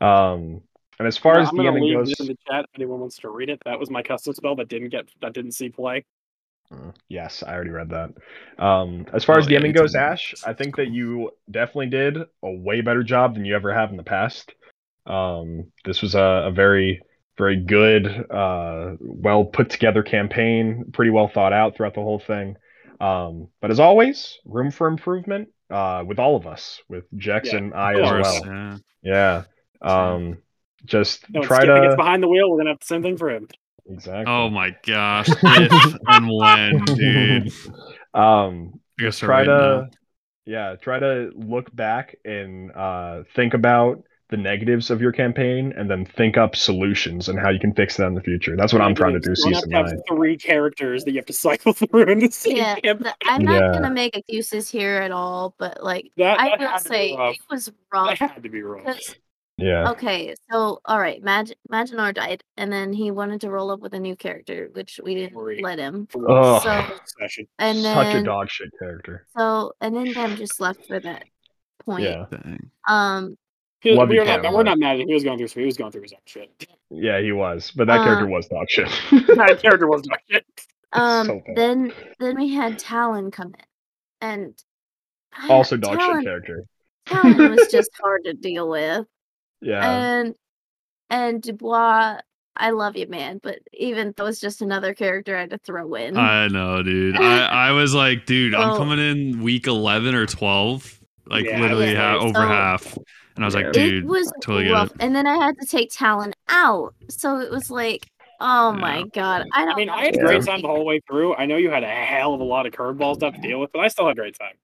A: Um, and as far as
D: I'm
A: the
D: gonna
A: ending
D: leave
A: goes,
D: this in the chat if anyone wants to read it. That was my custom spell that didn't get that didn't see play.
A: Mm, Yes, I already read that. Um, as far
C: Oh,
A: as the
C: yeah,
A: ending
C: you did
A: goes,
C: read that.
A: Ash, I think that you definitely did a way better job than you ever have in the past. Um, this was a, a very, very good, uh, well put together campaign, pretty well thought out throughout the whole thing. Um, but as always, room for improvement uh, with all of us, with Jex
D: Yeah,
A: and I
D: of
A: as
D: course.
A: well.
C: yeah.
A: Yeah. Um, just
D: No,
A: try
D: Skippy gets
A: to
D: behind the wheel. We're gonna have the same thing for him.
A: exactly.
C: Oh my gosh, if and when, dude.
A: Um,
C: I guess
A: try to yeah try to look back and uh, think about the negatives of your campaign and then think up solutions and how you can fix that in the future that's what i'm trying to do
D: We'll have
A: season
D: to have
A: nine
D: three characters that you have to cycle through in the same
B: Yeah,
D: camp.
B: the- I'm not
A: Yeah.
B: gonna make excuses here at all, but like
D: That,
B: I
D: that
B: will
D: had to be
B: say
D: rough.
B: it was
D: That
B: rough.
D: had to be rough.
B: 'cause-
A: yeah
B: okay, so all right, Mag- Maginar died, and then he wanted to roll up with a new character, which we didn't
D: Great.
B: let him.
A: Ugh.
B: So
D: Session.
B: and
A: such a
B: then
A: dog shit character
B: so and then I'm just left for that point.
A: yeah
C: Dang.
B: Um,
D: He,
A: Love
D: we
A: you,
D: were not,
A: Cam.
D: we're not mad at him. He was going through. He was going through his own shit.
A: yeah he was but that character
B: Uh,
A: was dog shit
D: that character was not shit.
B: um,
A: so bad.
B: then then we had Talon come in, and I-
A: also dog shit
B: Talon,
A: character
B: Talon was just hard to deal with.
A: yeah
B: and and Dubois, I love you, man, but even that was just another character I had to throw in.
C: I know, dude. I, I was like, dude, I'm
B: Well-
C: coming in week 11 or 12, like
D: Yeah,
C: literally
B: yeah,
C: ha- over
B: so-
C: half. And I was
D: Yeah.
C: like,
D: It
C: dude,
B: it was
C: totally get
B: rough,
C: it.
B: and then I had to take Talon out, so it was like, oh
C: Yeah.
B: my god, I don't.
D: I mean,
B: know
D: I had a
B: what
D: great
B: to
D: time the
B: do.
D: whole way through. I know you had a hell of a lot of curveballs to have to deal with, but I still had a great time.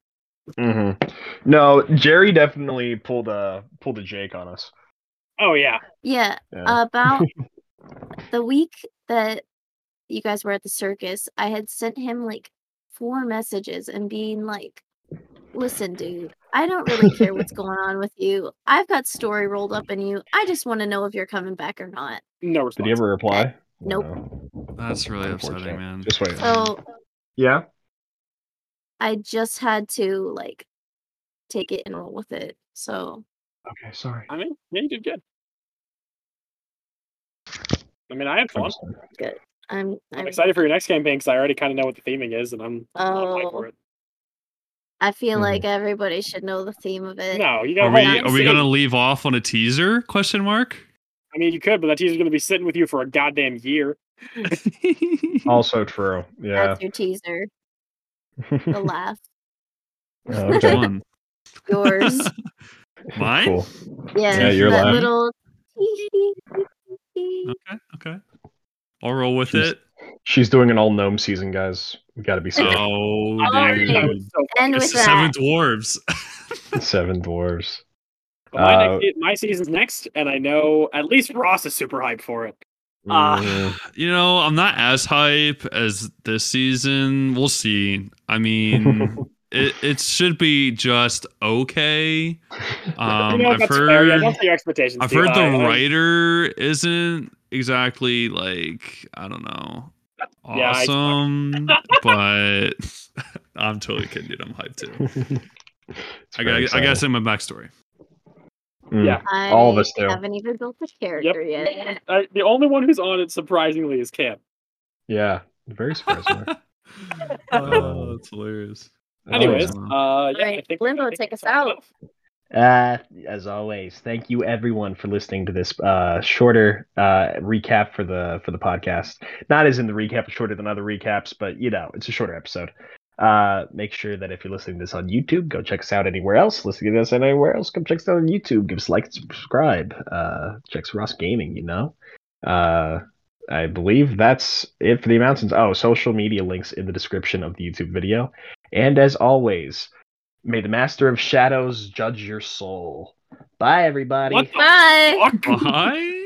A: hmm No, Jerry definitely pulled a pulled a Jake on us.
D: Oh yeah.
B: Yeah,
A: Yeah.
B: about the week that you guys were at the circus, I had sent him like four messages and being like, listen, dude, I don't really care what's going on with you. I've got story rolled up in you. I just want to know if you're coming back or not.
D: No
A: Did
D: response.
A: he ever reply?
B: Nope.
A: No.
C: That's really upsetting,
A: Unfortunate.
C: man.
A: Just wait.
B: So
A: yeah.
B: I just had to like take it and roll with it. So
A: Okay. Sorry.
D: I mean, yeah, you did good. I mean, I had fun.
B: I'm,
D: I'm
B: I'm
D: excited for your next campaign because I already kind of know what the theming is, and I'm I'm hyped
B: Oh.
D: for it.
B: I feel
A: Mhm.
B: like everybody should know the theme of it.
D: No, you got.
C: Are
B: Well,
C: we
B: I'm
C: are we gonna leave off on a teaser? Question mark.
D: I mean, you could, but that teaser's gonna be sitting with you for a goddamn year.
A: Oh, Also true. Yeah.
B: That's your teaser, the laugh.
A: Oh,
C: Which
A: okay.
C: one?
B: Yours.
C: Mine.
A: Cool.
B: Yeah,
A: Yeah, you're
B: that
A: lying.
B: little.
C: Okay. Okay. I'll roll with
A: She's-
C: it.
A: She's doing an all gnome season, guys. We got to be safe.
C: Oh,
D: Oh,
C: dude.
D: yeah, so-
B: and
C: It's
B: with
C: the seven
B: that,
C: dwarves.
A: Seven dwarves.
D: but my,
A: Uh,
D: next, my season's next, and I know at least Ross is super hyped for it. Ah.
A: Mhm.
C: You know, I'm not as hype as this season. We'll see. I mean, it it should be just okay. Um,
D: you know,
C: I've
D: that's fair. Yeah, don't
C: heard
D: set your expectations.
C: I've
D: too
C: heard
D: high. I
C: the
D: mean,
C: writer isn't exactly like I don't know
D: Yeah, I-
C: awesome, but I'm totally kidding, dude. I'm hyped too.
A: It's
C: I
A: very
C: got I
A: exciting.
C: guess in my backstory.
A: Mm.
D: Yeah.
B: I
A: all of us do.
B: haven't even built a character yet.
D: I- the only one who's on it surprisingly is Cam.
A: Yeah. Very surprising.
C: oh, that's hilarious.
D: Anyways,
C: Oh, yeah.
D: uh, yeah, I
B: Alright,
D: think
B: Limbo,
D: I think
B: take
D: that's
B: us out.
D: enough.
A: Uh, as always, thank you everyone for listening to this uh, shorter uh, recap for the for the podcast. Not as in the recap is shorter than other recaps, but you know it's a shorter episode. Uh, make sure that if you're listening to this on YouTube, go check us out anywhere else. Listening to this anywhere else, come check us out on YouTube. Give us a like, and subscribe. Uh, checks Ross Gaming, you know. Uh, I believe that's it for the announcements. Oh, social media links in the description of the YouTube video. And as always, May the master of shadows judge your soul. Bye, everybody.
D: What the
B: Bye.
D: fuck?
C: Bye.